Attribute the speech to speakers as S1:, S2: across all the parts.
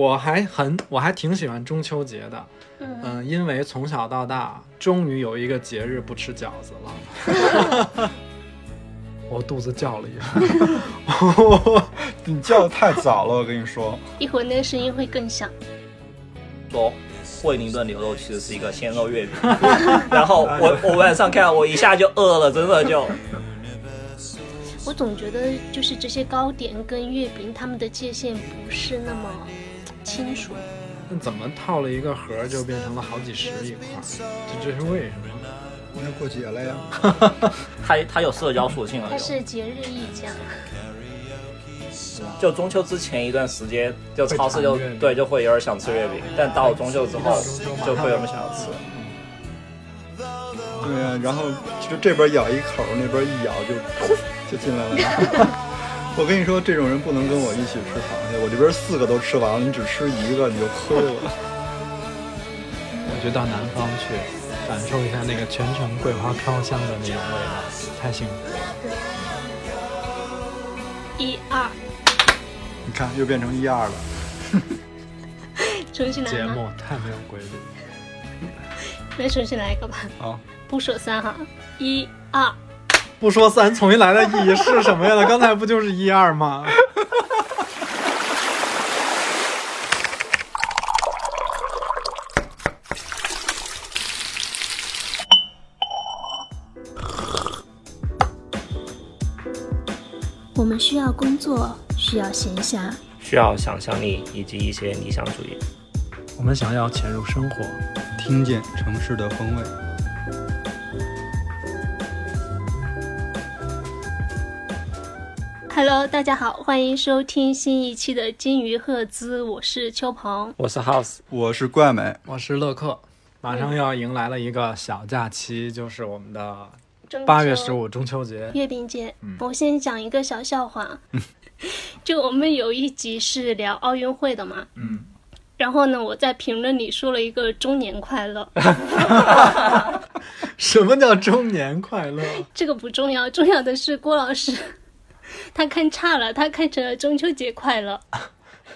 S1: 我还很我还挺喜欢中秋节的，
S2: 嗯，
S1: 嗯，因为从小到大，终于有一个节日不吃饺子了。 我肚子叫了一声，
S3: 你叫的 太早了，我跟你说。
S2: 一会儿那个声音会更响。
S4: 说惠灵顿牛肉其实是一个鲜肉月饼， 然后 我我晚上看我一下就饿了，真的就
S2: 我总觉得就是这些糕点跟月饼，它们的界限不是那么清楚。
S1: 那怎么套了一个盒儿就变成了好几十一块儿？这这是为什么？
S5: 因为过节了呀。
S4: 它它有社交属性了
S2: 它
S4: 有。
S2: 是节日溢价，
S4: 就中秋之前一段时间，就超市就
S1: 会馋月饼
S4: 对就会有人想吃月饼，但到了中秋之后
S1: 中秋马上
S4: 就会有人想要吃。
S3: 对呀、然后就这边咬一口，那边一咬就 就进来了。 我跟你说，这种人不能跟我一起吃螃蟹。我这边四个都吃完了，你只吃一个你就亏了。
S1: 我就到南方去，感受一下那个全城桂花飘香的那种味道，太幸福了。哎
S2: 一二，
S3: 你看，又变成一二了。
S2: 重新来
S1: 节
S2: 吗？
S1: 目太没有规律。
S2: 那重新来一个吧。
S3: 好，
S2: 不说三哈，一二，
S1: 不说三，从一来的意义是什么呀？刚才不就是一二吗？
S6: 我们需要工作，需要闲暇，
S4: 需要想象力以及一些理想主义。
S1: 我们想要潜入生活，
S5: 听见城市的风味。
S2: Hello，大家好，欢迎收听新一期的《金鱼赫兹》，我是秋鹏。
S4: 我是 House，
S3: 我是怪美，
S1: 我是乐克。马上要迎来了一个小假期，就是我们的
S2: 中秋
S1: 八月十五中秋节。
S2: 月饼节，我先讲一个小笑话。就我们有一集是聊奥运会的嘛，嗯，然后呢，我在评论里说了一个“中年快乐
S1: 什么叫中年快 乐？”，
S2: 这个不重要，重要的是郭老师 他看差了，他看成了中秋节快乐。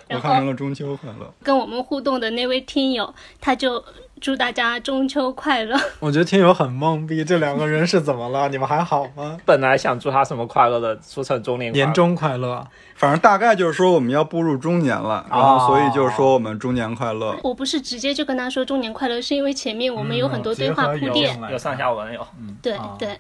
S3: 我
S2: 然
S3: 看成
S2: 后
S3: 了中秋快乐。
S2: 跟我们互动的那位听友，他就祝大家中秋快乐。
S1: 我觉得听友很懵逼，这两个人是怎么了？你们还好 吗？
S4: 本来想祝他什么快乐的，说成中年快乐
S1: 年终快乐，
S3: 反正大概就是说我们要步入中年了，然后所以就是说我们中年快乐。
S2: 我不是直接就跟他说中年快乐，是因为前面我们有很多对话铺垫，
S4: 有上下文有。
S2: 对
S1: 啊
S2: 对，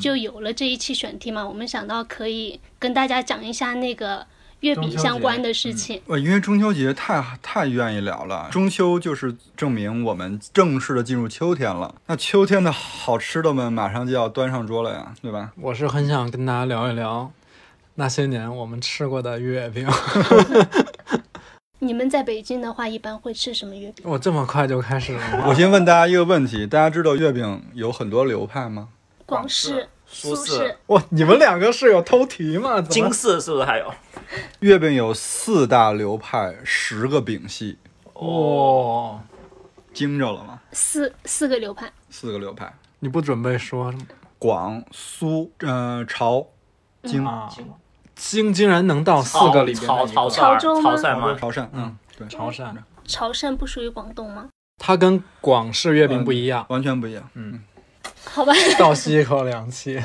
S2: 就有了这一期选题嘛，我们想到可以跟大家讲一下那个月
S1: 中
S2: 饼
S1: 秋
S2: 相
S1: 节嗯
S2: 关的事情。
S3: 呃，因为中秋节太太愿意聊了，中秋就是证明我们正式的进入秋天了。那秋天的好吃的们马上就要端上桌了呀，对吧？
S1: 我是很想跟大家聊一聊那些年我们吃过的月 饼。
S2: 你们在北京的话，一般会吃什么月饼？
S1: 我这么快就开始了吗？
S3: 我先问大家一个问题：大家知道月饼有很多流派吗？
S2: 广式、苏
S4: 苏
S2: 式
S4: 式、
S1: 哇，你们两个是有偷题吗？怎么
S4: 金饰是不是还有？
S1: 哦
S3: 月饼有四大流派，十个饼系，
S1: 哦，
S3: 惊着了吗？
S2: 四四个流派。
S3: 四个流派：
S1: 你不准备说吗
S3: 广、苏、呃、潮、
S2: 嗯
S3: 京、
S1: 啊？竟竟然能到四个里边
S4: 潮
S1: 的一
S4: 潮
S1: 个
S4: 汕
S2: 潮州吗
S4: 潮汕吗？
S3: 潮汕。嗯，对，
S1: 潮汕，
S2: 潮汕不属于广东吗？
S1: 它跟广式月饼不一样，
S3: 完全不一样。啊
S2: 嗯
S1: 嗯
S2: 好吧，
S1: 倒吸一口凉气。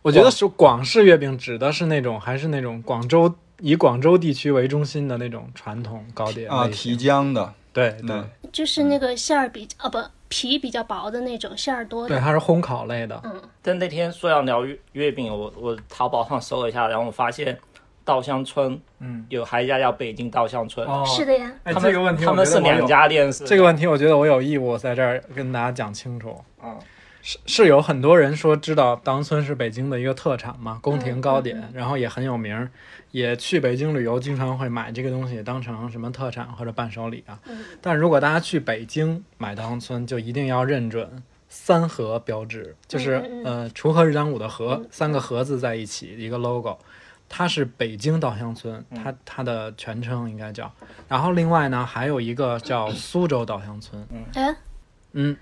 S1: 我觉得是广式月饼指的是那种，还是那种广州以广州地区为中心的那种传统糕点
S3: 啊，
S1: 类型
S3: 提浆的，
S1: 对对
S3: 嗯，
S2: 就是那个馅儿比啊不皮比较薄的那种，馅儿多
S1: 对，
S2: 的。
S1: 它是烘烤类的。
S4: 但那天说要聊月月饼，我我淘宝上搜了一下，然后我发现稻香村，
S1: 嗯，
S4: 有还一家叫北京稻香村，
S1: 哦，
S2: 是的呀，
S1: 哎，
S4: 他们
S1: 这个问题
S4: 他们是两。家店是
S1: 这个问题我觉得我有义务在这儿跟大家讲清楚。
S4: 嗯
S1: 是是有很多人说知道当村是北京的一个特产嘛，宫廷糕点，然后也很有名儿，也去北京旅游经常会买这个东西当成什么特产或者伴手礼啊。但如果大家去北京买当村，就一定要认准。三合标志就是
S2: 嗯嗯嗯
S1: 呃，锄禾日当午的禾，三个禾字在一起，一个 logo。它是北京稻香村，
S2: 嗯
S1: 它它的全称应该叫。然后另外呢，还有一个叫苏州稻香村，
S2: 哎，
S1: 嗯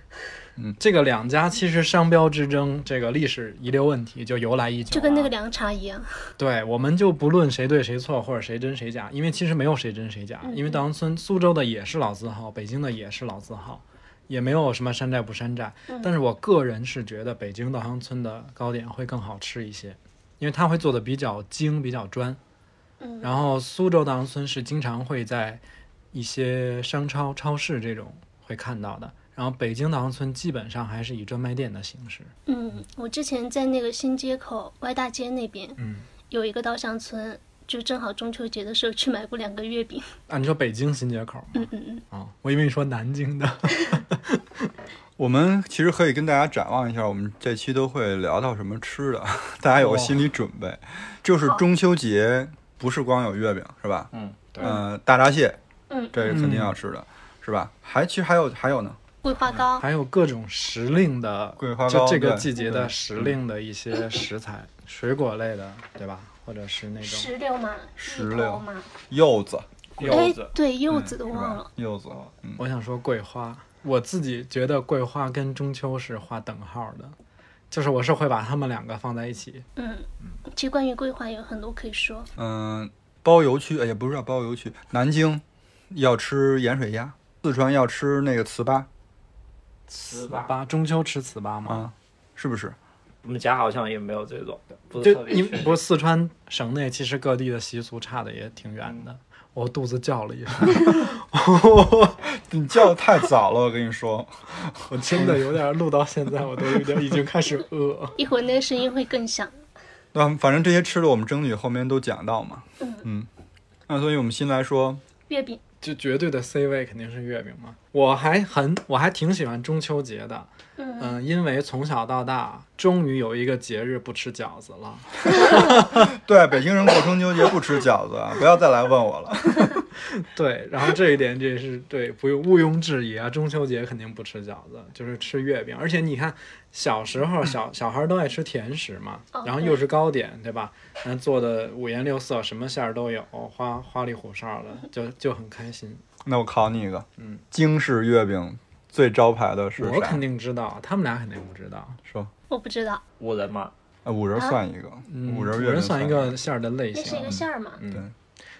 S1: 嗯，这个两家其实商标之争，这个历史遗留问题就由来已久、啊，
S2: 就跟那个凉茶一样。
S1: 对，我们就不论谁对谁错或者谁真谁假，因为其实没有谁真谁假，因为稻香村苏州的也是老字号，北京的也是老字号，也没有什么山寨不山寨。但是我个人是觉得北京稻香村的糕点会更好吃一些，因为它会做的比较精、比较专。
S2: 嗯
S1: 然后苏州稻香村是经常会在一些商超、超市这种会看到的。然后北京稻香村基本上还是以专卖店的形式。
S2: 嗯，我之前在那个新街口歪大街那边
S1: 嗯，
S2: 有一个稻香村，就正好中秋节的时候去买过两个月饼。
S1: 啊，你说北京新街口吗？嗯嗯嗯。啊，我以为你说南京的。
S3: 我们其实可以跟大家展望一下，我们这期都会聊到什么吃的， 大家有个心理准备。就是中秋节不是光有月饼是吧？
S4: 嗯，
S1: 对
S3: 呃，大闸蟹，
S2: 嗯
S3: 这是肯定要吃的，是吧？还其实还有还有呢，
S2: 桂花糕，
S1: 还有各种时令的，
S3: 桂花糕
S1: 就这个
S3: 对
S1: 季节
S3: 对嗯
S1: 的时令的一些食材，水果类的，对吧？或者是那种
S2: 石榴嘛，
S3: 石
S2: 芋头
S3: 榴
S2: 嘛，
S3: 柚子嗯
S4: 柚
S2: 哎
S4: 子，，
S2: 对，柚子都
S3: 是
S2: 忘
S3: 吧
S2: 了。？
S3: 柚子，嗯，
S1: 我想说桂花，我自己觉得桂花跟中秋是划等号的，就是我是会把它们两个放在一起。
S2: 嗯，其实关于桂花有很多可以说。
S3: 嗯、包邮区，哎也不是叫包邮区，南京要吃盐水鸭，四川要吃那个糍粑
S4: 糍粑，
S1: 粑，中秋吃糍粑吗？
S3: 啊，是不是？
S4: 我们家好像也没有这种的，不是特
S1: 就
S4: 别
S1: 因
S4: 全。
S1: 不是四川省内，其实各地的习俗差的也挺远
S3: 嗯
S1: 的。我肚子叫了一声，
S3: 你叫的太早了，我跟你说，
S1: 我真的有点录到现在，我都有点已经开始饿。
S2: 一会儿那个声音会更响。
S3: 那反正这些吃的我们争取后面都讲到嘛，
S2: 嗯
S3: 嗯，那所以我们先来说，
S2: 月饼，
S1: 就绝对的 C 位肯定是月饼嘛。我还很，我还挺喜欢中秋节的，
S2: 嗯，
S1: 嗯，因为从小到大，终于有一个节日不吃饺子了。
S3: 对，啊北京人过中秋节不吃饺子，啊，不要再来问我了。
S1: 对，然后这一点这是对，不用毋庸置疑啊。中秋节肯定不吃饺子，就是吃月饼。而且你看，小时候 小小孩儿都爱吃甜食嘛
S2: 哦，
S1: 然后又是糕点，对吧？然后做的五颜六色，什么馅儿都有，花花里胡哨
S2: 嗯
S1: 的，就就很开心。
S3: 那我考你一个，
S1: 嗯，
S3: 京式月饼最招牌的是啊
S1: 我
S3: 啥
S1: 肯？定知道，他们俩肯定不知道。
S3: 说，
S2: 我不知道，
S4: 五人嘛，
S3: 呃，五仁算一个，
S1: 嗯，
S3: 五仁
S1: 五
S3: 月饼
S1: 算一个馅儿的类
S2: 那是一
S1: 型啊
S2: 个。馅儿嘛。
S3: 对
S1: 嗯，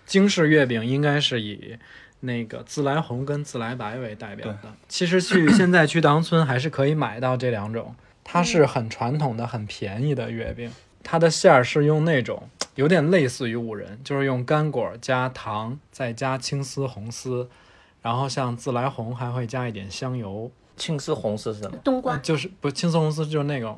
S1: 京式月饼应该是以那个自来红跟自来白为代表的。其实去现在去当村还是可以买到这两种，它是很传统的、很便宜的月饼，它的馅儿是用那种有点类似于五仁，就是用干果加糖，再加青丝、红丝，然后像自来红还会加一点香油，呃
S4: 青丝红丝是什么？
S2: 冬瓜，
S1: 就是不青丝、红丝就是那种。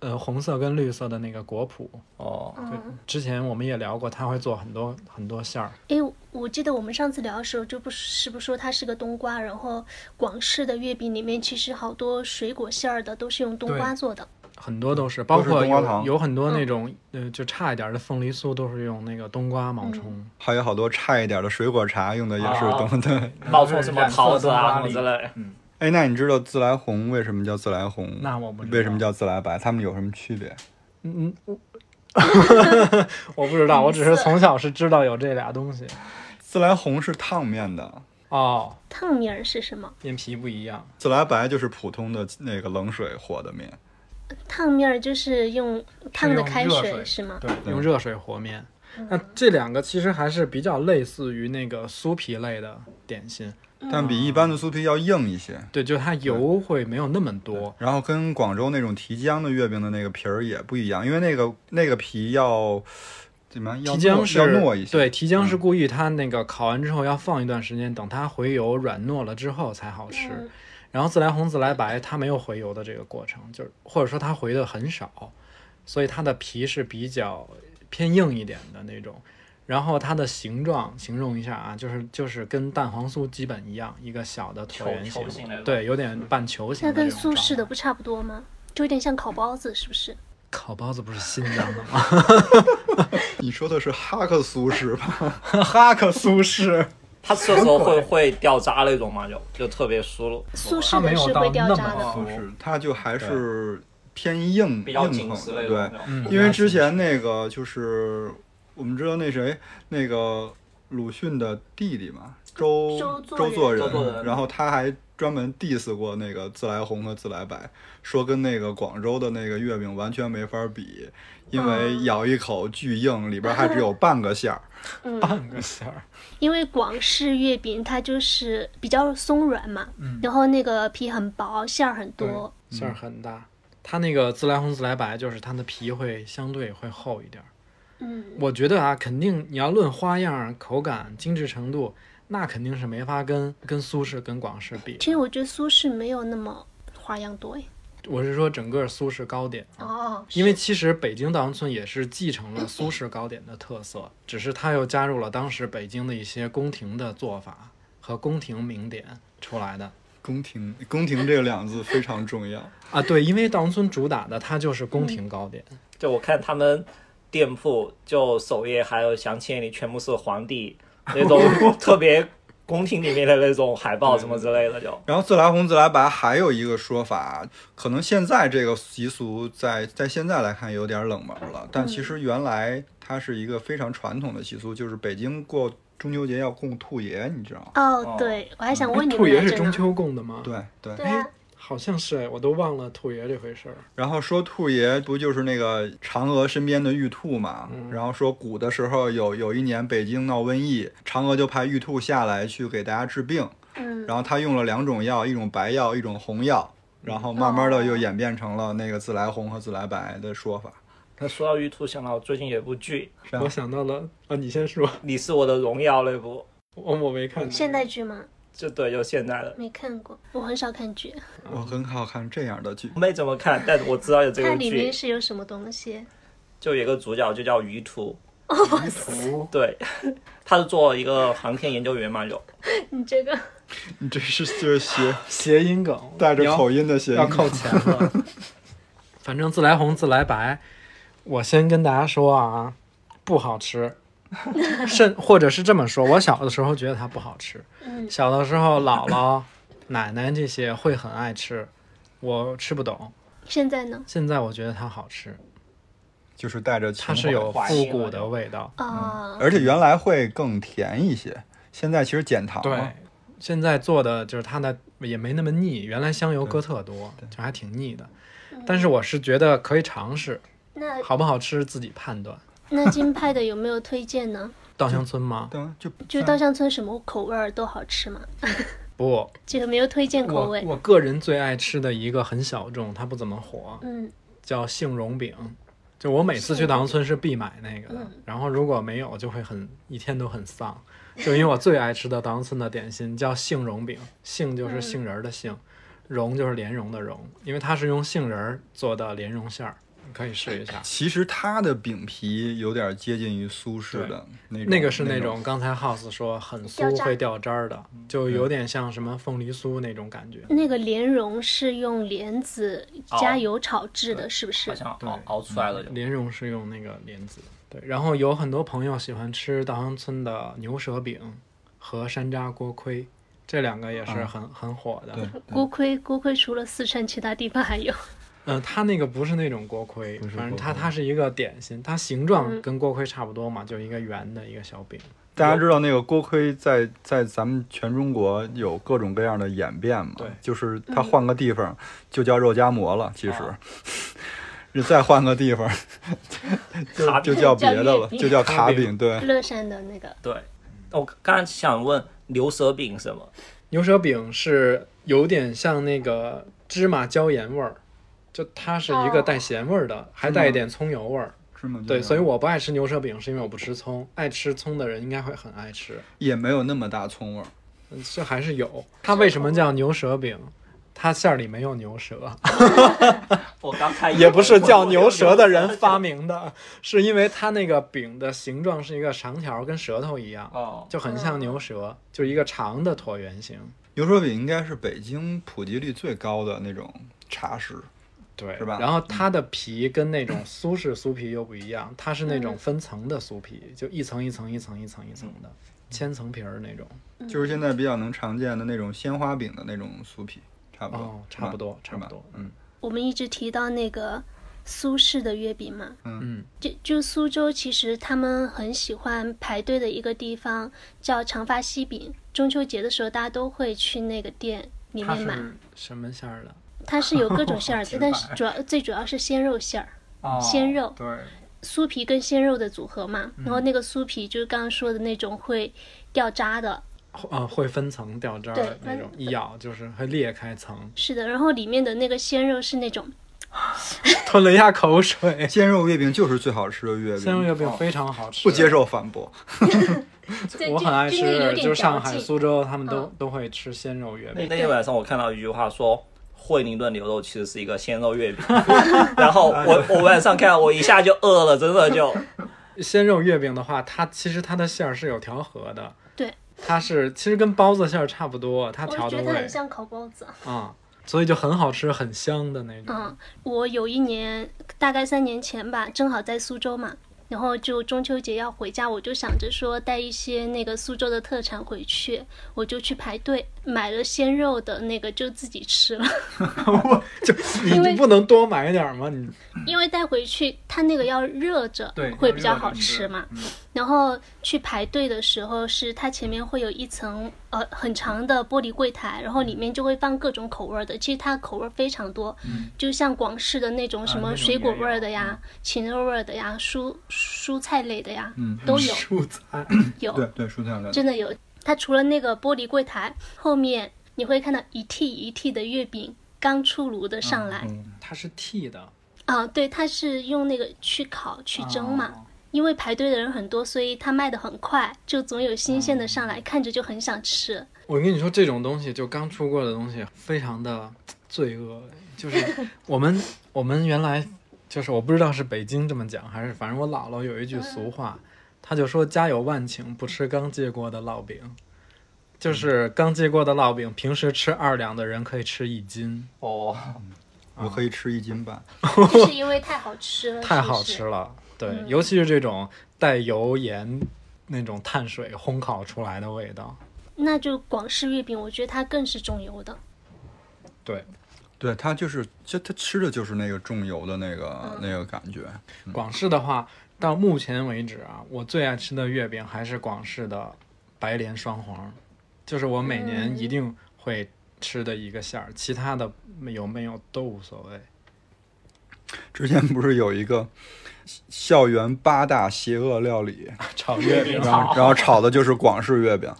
S1: 呃，红色跟绿色的那个果脯，
S4: 哦，
S2: 嗯，
S1: 之前我们也聊过，它会做很多很多馅儿，
S2: 哎，我记得我们上次聊的时候，就不是不是说它是个冬瓜，然后广式的月饼里面其实好多水果馅儿的都是用冬瓜做的。
S1: 很多都是，包括
S3: 冬瓜
S1: 有
S3: 糖
S1: 有很多那种，呃，就差一点的凤梨酥都是用那个冬瓜冒充。
S3: 还有好多差一点的水果茶用的也是
S4: 啊
S3: 等等。
S4: 冒充什么桃子啊什
S1: 嗯
S4: 么之类。
S3: 哎，那你知道自来红为什么叫自来红？
S1: 那我不知道
S3: 为什么叫自来白？它们有什么区别？
S1: 嗯，我我不知道，我只是从小是知道有这俩东西。
S3: 自来红是烫面的，
S1: 哦，
S2: 烫面儿是什么？
S1: 面皮不一样，
S3: 自来白就是普通的那个冷水和的面。
S2: 烫面儿就是用烫的开
S1: 是用热水
S2: 是吗？
S1: 对，用热水和面。那这两个其实还是比较类似于那个酥皮类的点心，
S3: 但比一般的酥皮要硬一些，
S1: 对，就它油会没有那么多。
S3: 然后跟广州那种提浆的月饼的那个皮儿也不一样，因为那个那个皮要怎么样？
S1: 提
S3: 要
S1: 浆
S3: 糯要
S1: 是
S3: 糯一些。
S1: 对，提浆是故意它那个烤完之后要放一段时间，等它回油软糯了之后才好吃。
S2: 嗯
S1: 然后自来红、自来白它没有回油的这个过程，就是或者说它回的很少，所以它的皮是比较偏硬一点的那种。然后它的形状形容一下啊，就是就是跟蛋黄酥基本一样，一个小的椭
S4: 球
S1: 圆
S4: 球形那种
S1: 对，有点半球形
S2: 那
S1: 的
S2: 跟
S1: 这种
S2: 苏式的
S1: 状态
S2: 不差不多吗？就有点像烤包子，是不是？
S1: 烤包子不是新疆的吗？
S3: 你说的是哈克苏式吧？
S1: 哈克苏式，
S4: 它吃的时候会会掉渣那种嘛，就就特别酥了。
S2: 苏式
S1: 它没
S2: 的
S1: 有
S2: 是
S1: 到
S2: 会掉
S1: 那
S2: 渣
S1: 么
S2: 的。
S1: 酥
S3: 不是， 它就还是偏硬
S4: 哦比较
S3: 硬
S4: 紧
S3: 横
S4: 实
S3: 的对
S4: 那种，，
S1: 嗯
S3: 因为之前那个就是我们知道那谁那个鲁迅的弟弟嘛，周
S2: 周作人
S3: 作
S4: 周作人
S3: 然后他还专门 diss 过那个自来红和自来白，说跟那个广州的那个月饼完全没法比，因为咬一口巨硬，里边还只有半个馅儿。
S1: 半个馅儿，
S2: 因为广式月饼它就是比较松软嘛，
S1: 嗯
S2: 然后那个皮很薄，馅儿很多。
S1: 馅儿很大。它那个自来红、自来白，就是它的皮会相对会厚一点儿。
S2: 嗯，
S1: 我觉得啊，肯定你要论花样、口感、精致程度，那肯定是没法跟跟苏式、跟广式比。
S2: 其实我觉得苏式没有那么花样多哎。
S1: 我是说整个苏式糕点啊，
S2: 哦，
S1: 因为其实北京稻香村也是继承了苏式糕点的特色，只是它又加入了当时北京的一些宫廷的做法和宫廷名典出来的
S3: 宫廷，宫廷这两个字非常重要。
S1: 啊。对，因为稻香村主打的它就是
S2: 嗯
S1: 宫廷糕点，
S4: 就我看他们店铺，就首页还有详情页里全部是皇帝那 种特别宫廷里面的那种海报什么之类 的，就
S3: 然后自来红、自来白还有一个说法，可能现在这个习俗在在现在来看有点冷门了，但其实原来它是一个非常传统的习俗，就是北京过中秋节要供兔爷，你知道吗？
S2: 哦，对，我还想问你
S1: 嗯哎兔
S2: 们
S1: 爷
S2: 来
S1: 是
S2: 着
S1: 中
S2: 呢。
S1: 秋供的吗？，
S3: 对对。
S2: 对啊，
S1: 好像是哎，我都忘了兔爷这回事儿。
S3: 然后说兔爷不就是那个嫦娥身边的玉兔嘛？然后说古的时候有有一年北京闹瘟疫，嫦娥就派玉兔下来去给大家治病，
S2: 嗯，
S3: 然后他用了两种药，一种白药，一种红药，
S2: 嗯
S3: 然后慢慢的又演变成了那个自来红和自来白的说法。
S4: 那说到玉兔，想到最近有一部剧
S3: 对啊
S1: 我想到了啊，你先说，
S4: 《你是我的荣耀》那部，
S1: 我我没看。
S2: 现代剧吗？
S4: 就对，就现在的
S2: 没看过，我很少看剧。
S3: 我很好看这样的剧，
S4: 没怎么看，但我知道有这
S2: 它
S4: 个
S2: 里面
S4: 剧，
S2: 是有什么东西？啊
S4: 就有一个主角就叫于途，
S1: 哦，
S4: 对， 他是做一个航天研究员嘛，就
S2: 你这 个
S3: 你这是就是谐
S1: 谐音梗，
S3: 带着
S1: 你要
S3: 口音的谐
S1: 要
S3: 音。
S1: 扣钱了。 反正自来红、自来白，我先跟大家说啊，不好吃。 甚或者是这么说，我小的时候觉得它不好吃，
S2: 嗯
S1: 小的时候姥姥、奶奶这些会很爱吃，我吃不懂。
S2: 现在呢？
S1: 现在我觉得它好吃，
S3: 就是带着情
S1: 它
S3: 怀
S1: 是有
S4: 怀
S1: 复
S4: 念
S1: 古
S4: 了
S1: 的味道。嗯
S2: 啊，
S3: 而且原来会更甜一些，现在其实减糖了。
S1: 对，现在做的就是它的也没那么腻，原来香油搁特多，就还挺腻的。
S2: 嗯
S1: 但是我是觉得可以尝试，
S2: 那
S1: 好不好吃自己判断。
S2: 那京派的有没有推荐呢？
S1: 稻香村吗？
S3: 对啊，就
S2: 就是稻香村什么口味儿都好吃嘛，
S1: 不，
S2: 这个没有推荐口
S1: 我
S2: 味。
S1: 我个人最爱吃的一个很小众，它不怎么火，
S2: 嗯，
S1: 叫杏蓉饼。就我每次去稻香村是必买那个的，
S2: 嗯
S1: 然后如果没有就会很一天都很丧。就因为我最爱吃的稻香村的点心叫杏蓉饼，杏就是
S2: 嗯
S1: 杏仁儿的杏，蓉就是莲蓉的蓉，因为它是用杏仁儿做的莲蓉馅儿，你可以试一下。
S3: 其实它的饼皮有点接近于苏式的那种，
S1: 那个是那
S3: 那
S1: 种刚才 House 说很
S2: 掉
S1: 酥
S2: 渣
S1: 会掉渣儿的，就有点像什么凤梨酥那种感觉。
S2: 那个莲蓉是用莲子加油炒制的，是不是
S4: 好？像熬熬出来了，就
S1: 莲蓉是用那个莲子，对。然后有很多朋友喜欢吃稻香村的牛舌饼和山楂锅盔，这两个也是很、很火的。
S3: 啊对
S2: 锅盔，锅盔除了四川，其他地方还有。
S1: 嗯、它那个不是那种锅盔，
S3: 是
S1: 反正
S3: 锅
S1: 它它是一个点心，它形状跟锅盔差不多嘛，就一个圆的一个小饼。
S3: 大家知道那个锅盔在在咱们全中国有各种各样的演变嘛？
S1: 对嗯
S3: 就是它换个地方就叫肉夹馍了，其
S1: 哦
S3: 实。 再换个地方， 就
S4: 卡
S3: 就叫别的了，就叫卡
S1: 卡
S3: 饼。对，
S2: 乐山的那个，
S4: 对。我刚才想问牛舌饼什么？
S1: 牛舌饼是有点像那个芝麻椒盐味儿，就它是一个带咸味儿
S3: 哦
S1: 的，还带一点葱油味儿。
S3: 是吗
S1: 对，所以我不爱吃牛舌饼，是因为我不吃葱。爱吃葱的人应该会很爱吃。
S3: 也没有那么大葱味儿。
S1: 嗯这还是有。它为什么叫牛舌饼？它馅儿里没有牛舌，
S4: 我刚才
S1: 哎也 不是叫牛舌的人 发明的，是因为它那个饼的形状是一个长条，跟舌头一样，
S4: 哦，
S1: 就很像牛舌，就一个长的椭圆形。
S3: 牛舌饼应该是北京普及率最高的那种茶食，
S1: 对，
S3: 是吧
S1: 然后它的皮跟那种苏式酥皮又不一样，它是那
S2: 嗯
S1: 种分层的酥皮，就一层一层一层一层一层的，千层皮儿那种。
S3: 就是现在比较能常见的那种鲜花饼的那种酥皮，差不多，
S1: 哦，差不多，
S3: 是
S1: 差
S3: 吧
S1: 不多。嗯，
S2: 我们一直提到那个苏式的月饼嘛，
S1: 嗯，
S2: 就就苏州其实他们很喜欢排队的一个地方叫长发西饼，中秋节的时候大家都会去那个店里
S1: 它
S2: 面买，
S1: 是什么馅儿的？
S2: 它是有各种馅儿的
S3: 直，白
S2: 但是主要最主要是鲜肉馅儿，
S3: 哦
S2: 鲜肉
S3: 对，
S2: 酥皮跟鲜肉的组合嘛，然后那个酥皮就是刚刚说的那种会掉渣的，
S1: 啊，会分层掉渣儿
S2: 对
S1: 的那种，一咬就是会裂开层。
S2: 是的，然后里面的那个鲜肉是那种
S1: 吞了一下口 水，
S3: 鲜肉月饼就是最好吃的月饼，
S1: 鲜肉月饼非常好吃，
S3: 不接。受反驳。
S2: 对
S1: 我
S2: 就
S1: 很爱
S2: 就那个有
S1: 吃，
S2: 点
S1: 就上
S2: 嚼
S1: 海、
S2: 劲嗯
S1: 苏州他们都都会吃鲜肉月
S4: 那
S1: 饼。
S4: 那天晚上我看到一句话说。惠灵顿牛肉其实是一个鲜肉月 饼，然后 我我晚上看我一下就饿了，真的 就
S1: 鲜肉月饼的话，它其实它的馅儿是有调和的，
S2: 对，
S1: 它是其实跟包子馅儿差不多，它
S2: 我
S1: 调
S2: 就觉
S1: 的
S2: 得它
S1: 味
S2: 很像烤包子。
S1: 啊，所以就很好吃，很香的那种。
S2: 嗯，我有一年大概三年前吧，正好在苏州嘛，然后就中秋节要回家，我就想着说带一些那个苏州的特产回去，我就去排队买了鲜肉的那个，就自己吃了，
S1: 你
S2: 因为
S1: 你不能多买点儿吗？你
S2: 因为带回去它那个要热着
S3: 对，
S2: 会比较好吃嘛。
S3: 嗯
S2: 然后去排队的时候是它前面会有一层呃很长的玻璃柜台，然后里面就会放各种口味儿的，其实它口味儿非常多，就像广式的那种什
S3: 嗯啊那
S2: 么
S3: 种
S2: 水果
S3: 也
S2: 味儿
S3: 有
S2: 的呀、芹肉味儿的呀、蔬蔬菜类的呀，
S3: 嗯
S2: 都有
S1: 蔬 菜，
S3: 对
S2: 有，
S3: 对，蔬菜类的。
S2: 真的有。它除了那个玻璃柜台后面，你会看到一屉一屉的月饼刚出炉的上
S3: 啊
S2: 来，
S3: 嗯
S1: 它是剃的，
S2: 啊，对，它是用那个去烤去
S1: 哦
S2: 蒸嘛，因为排队的人很多，所以它卖的很快，就总有新鲜
S1: 哦
S2: 的上来，看着就很 想吃。
S1: 我跟你说，这种东西就刚出过的东西，非常的罪恶。就是 我们我们原来就是我不知道是北京这么讲，还是反正我姥姥有一句俗话，
S2: 嗯
S1: 她就说“家有万顷，不吃刚借过的烙饼”，就是
S2: 嗯
S1: 刚借过的烙饼，平时吃二两的人可以吃一斤，
S4: 哦，
S3: 我可以吃一斤半，
S2: 就是因为太好吃了，
S1: 太
S2: 是不
S1: 好
S2: 嗯是嗯
S1: 吃了。对，尤其是这种带油盐那种碳水烘烤出来的味道。
S2: 那就广式月饼，我觉得它更是重油的。
S1: 对，
S3: 对它就是，就它吃的就是那个重油的那个那个感觉。
S2: 嗯
S1: 广式的话，到目前为止啊，我最爱吃的月饼还是广式的白莲双黄，就是我每
S2: 嗯
S1: 年一定会吃的一个馅儿，其他的有没有都无所谓。
S3: 之前不是有一个校园八大邪恶料理，
S1: 炒月饼，
S2: 嗯
S3: 然后然后炒的就是广式月饼，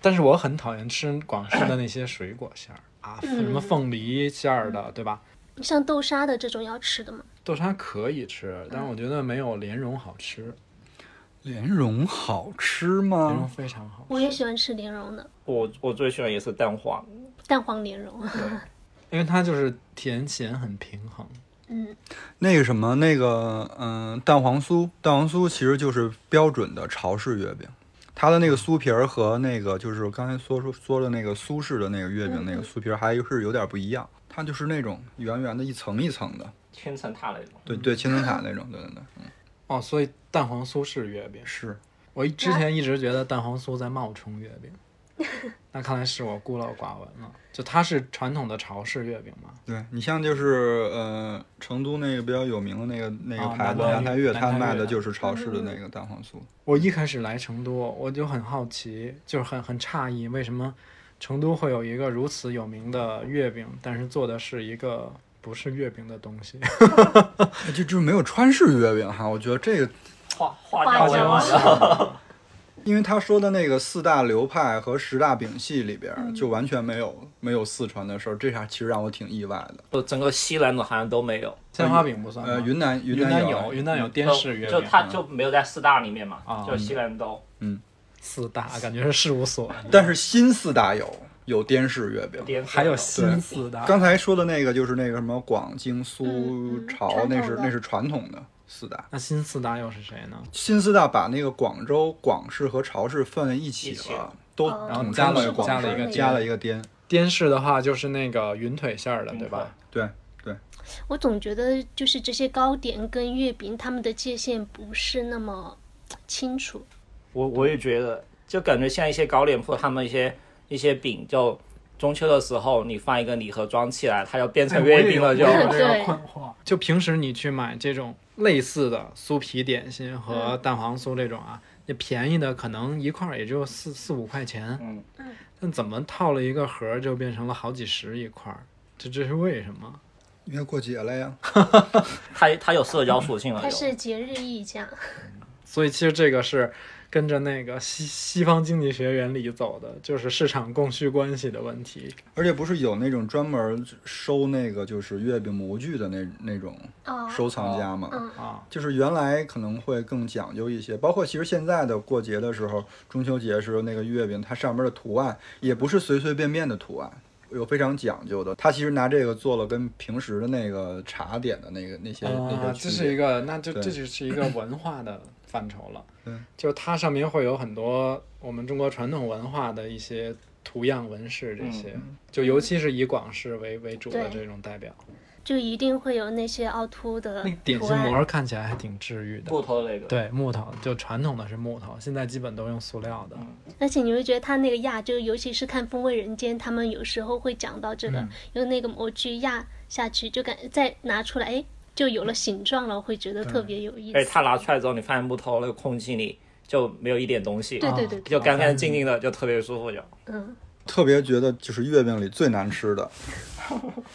S1: 但是我很讨厌吃广式的那些水果馅儿 啊，什么凤梨馅儿
S2: 嗯
S1: 的，对吧？
S2: 像豆沙的这种要吃的嘛，
S1: 豆沙可以
S2: 嗯
S1: 吃，但是我觉得没有莲蓉好吃，
S3: 莲蓉好吃
S1: 莲蓉
S3: 吗？
S1: 非常好。
S2: 嗯我也喜欢吃莲蓉的，
S4: 我我最喜欢也是蛋黄，
S2: 蛋黄莲蓉。
S1: 因为它就是甜咸很平衡，
S3: 那个什么，那个嗯、蛋黄酥，蛋黄酥其实就是标准的潮式月饼，它的那个酥皮儿和那个就是刚才说说说的那个苏式的那个月饼，那个酥皮儿还是有点不一样，它就是那种圆圆的一层一层的，
S4: 千层塔那种。
S3: 对 对，千层塔那种，对对对，
S1: 哦，所以蛋黄酥是月饼。
S3: 是。
S1: 我一之前一直觉得蛋黄酥在冒充月饼，那看来是我孤陋寡闻了。就它是传统的潮式月饼嘛，
S3: 对你像就是呃，成都那个比较有名的那个那个
S1: 啊
S3: 牌子
S1: 南
S3: 南
S1: 台
S3: 台
S1: 月
S3: 月，它
S1: 南台
S3: 卖
S1: 月
S3: 的
S1: 啊
S3: 就是潮式的那个蛋黄酥。
S1: 我一开始来成都，我就很好奇，就是很很诧异，为什么成都会有一个如此有名的月饼，但是做的是一个不是月饼的东西。
S3: 啊就就是没有川式月饼哈，我觉得这个，
S4: 画画
S2: 花
S4: 掉
S2: 椒
S4: 我 也忘了。
S3: 因为他说的那个四大流派和十大饼系里边儿，就完全没有没有四川的事儿，这下其实让我挺意外的。
S4: 就整个西南的好像都没有，
S1: 鲜花饼不算吗
S3: 呃，云南
S1: 啊云
S3: 南
S1: 有云南有滇式月
S4: 就
S1: 饼，
S4: 它就没有在四大里面嘛，
S1: 啊
S4: 就西南都。
S1: 四大感觉是事务所，
S3: 但是新四大有有滇式月饼。
S4: 滇式
S1: 还有
S4: 的
S1: 新四大。
S3: 刚才说的那个就是那个什么广京苏
S2: 嗯
S3: 潮，
S2: 传统
S3: 那是
S2: 的
S3: 那是传统的四大。
S1: 那新四大又是谁呢？
S3: 新四大把那个广州广式和潮式放在一起
S4: 一起
S3: 了，都
S2: 哦
S3: 统
S1: 加
S3: 称
S1: 了
S3: 为广
S1: 加
S3: 式
S1: 了一个
S3: 加了一个滇。
S1: 滇式的话就是那个云腿馅儿的，对吧？
S3: 对，
S2: 我总觉得就是这些糕点跟月饼，它们的界限不是那么清楚。
S4: 我我也觉得，就感觉像一些糕点铺，他们一些一些饼就中秋的时候你放一个礼盒装起来，它就变
S1: 哎
S4: 成
S1: 我
S4: 月
S1: 也
S4: 饼
S1: 有
S4: 了就，
S1: 我也有
S2: 对
S1: 这个困惑。就平时你去买这种类似的酥皮点心和蛋黄酥这种啊，那便宜的可能一块儿也就四四五块钱，
S4: 嗯
S1: 但怎么套了一个盒儿就变成了好几十一块儿？这这是为什么？
S3: 因为过节了呀。
S4: 它它有社交属性了
S2: 它
S4: 就。
S2: 是节日溢价，
S1: 所以其实这个是跟着那个西西方经济学原理走的，就是市场供需关系的问题。
S3: 而且不是有那种专门收那个就是月饼模具的那那种
S2: 哦，
S3: 收藏家嘛，
S2: 嗯
S1: 啊
S3: 就是原来可能会更讲究一些，包括其实现在的过节的时候，中秋节的时候那个月饼，它上面的图案也不是随随便便的图案，有非常讲究的。它其实拿这个做了跟平时的那个茶点的那个那些、那
S1: 啊，
S3: 些
S1: 这
S3: 区
S1: 是一
S3: 别。
S1: 个，那就这
S3: 对
S1: 就是一个文化的范畴了。
S3: 嗯，
S1: 就是它上面会有很多我们中国传统文化的一些图样纹饰，这些、就尤其是以广式为为主的
S2: 对
S1: 这种代表。
S2: 就一定会有那些凹凸的
S1: 那点
S2: 图
S1: 心
S2: 案
S1: 膜看起来还挺治愈的。
S4: 木头的那个，
S1: 对，木头就传统的是木头，现在基本都用塑料的。
S2: 而且你会觉得他那个压，就尤其是看《风味人间》，他们有时候会讲到这个，
S1: 嗯
S2: 用那个模具压下去，就感再拿出来，哎，就有了形状了，会觉得特别有意
S1: 哎
S4: 而且
S2: 思。
S4: 它哎拿出来之后，你发现木头那个空隙里就没有一点东西，
S2: 对
S1: 啊
S2: 对对对
S4: 就干干净净的，就特别舒服就。
S2: 嗯，
S3: 特别觉得就是月饼里最难吃 的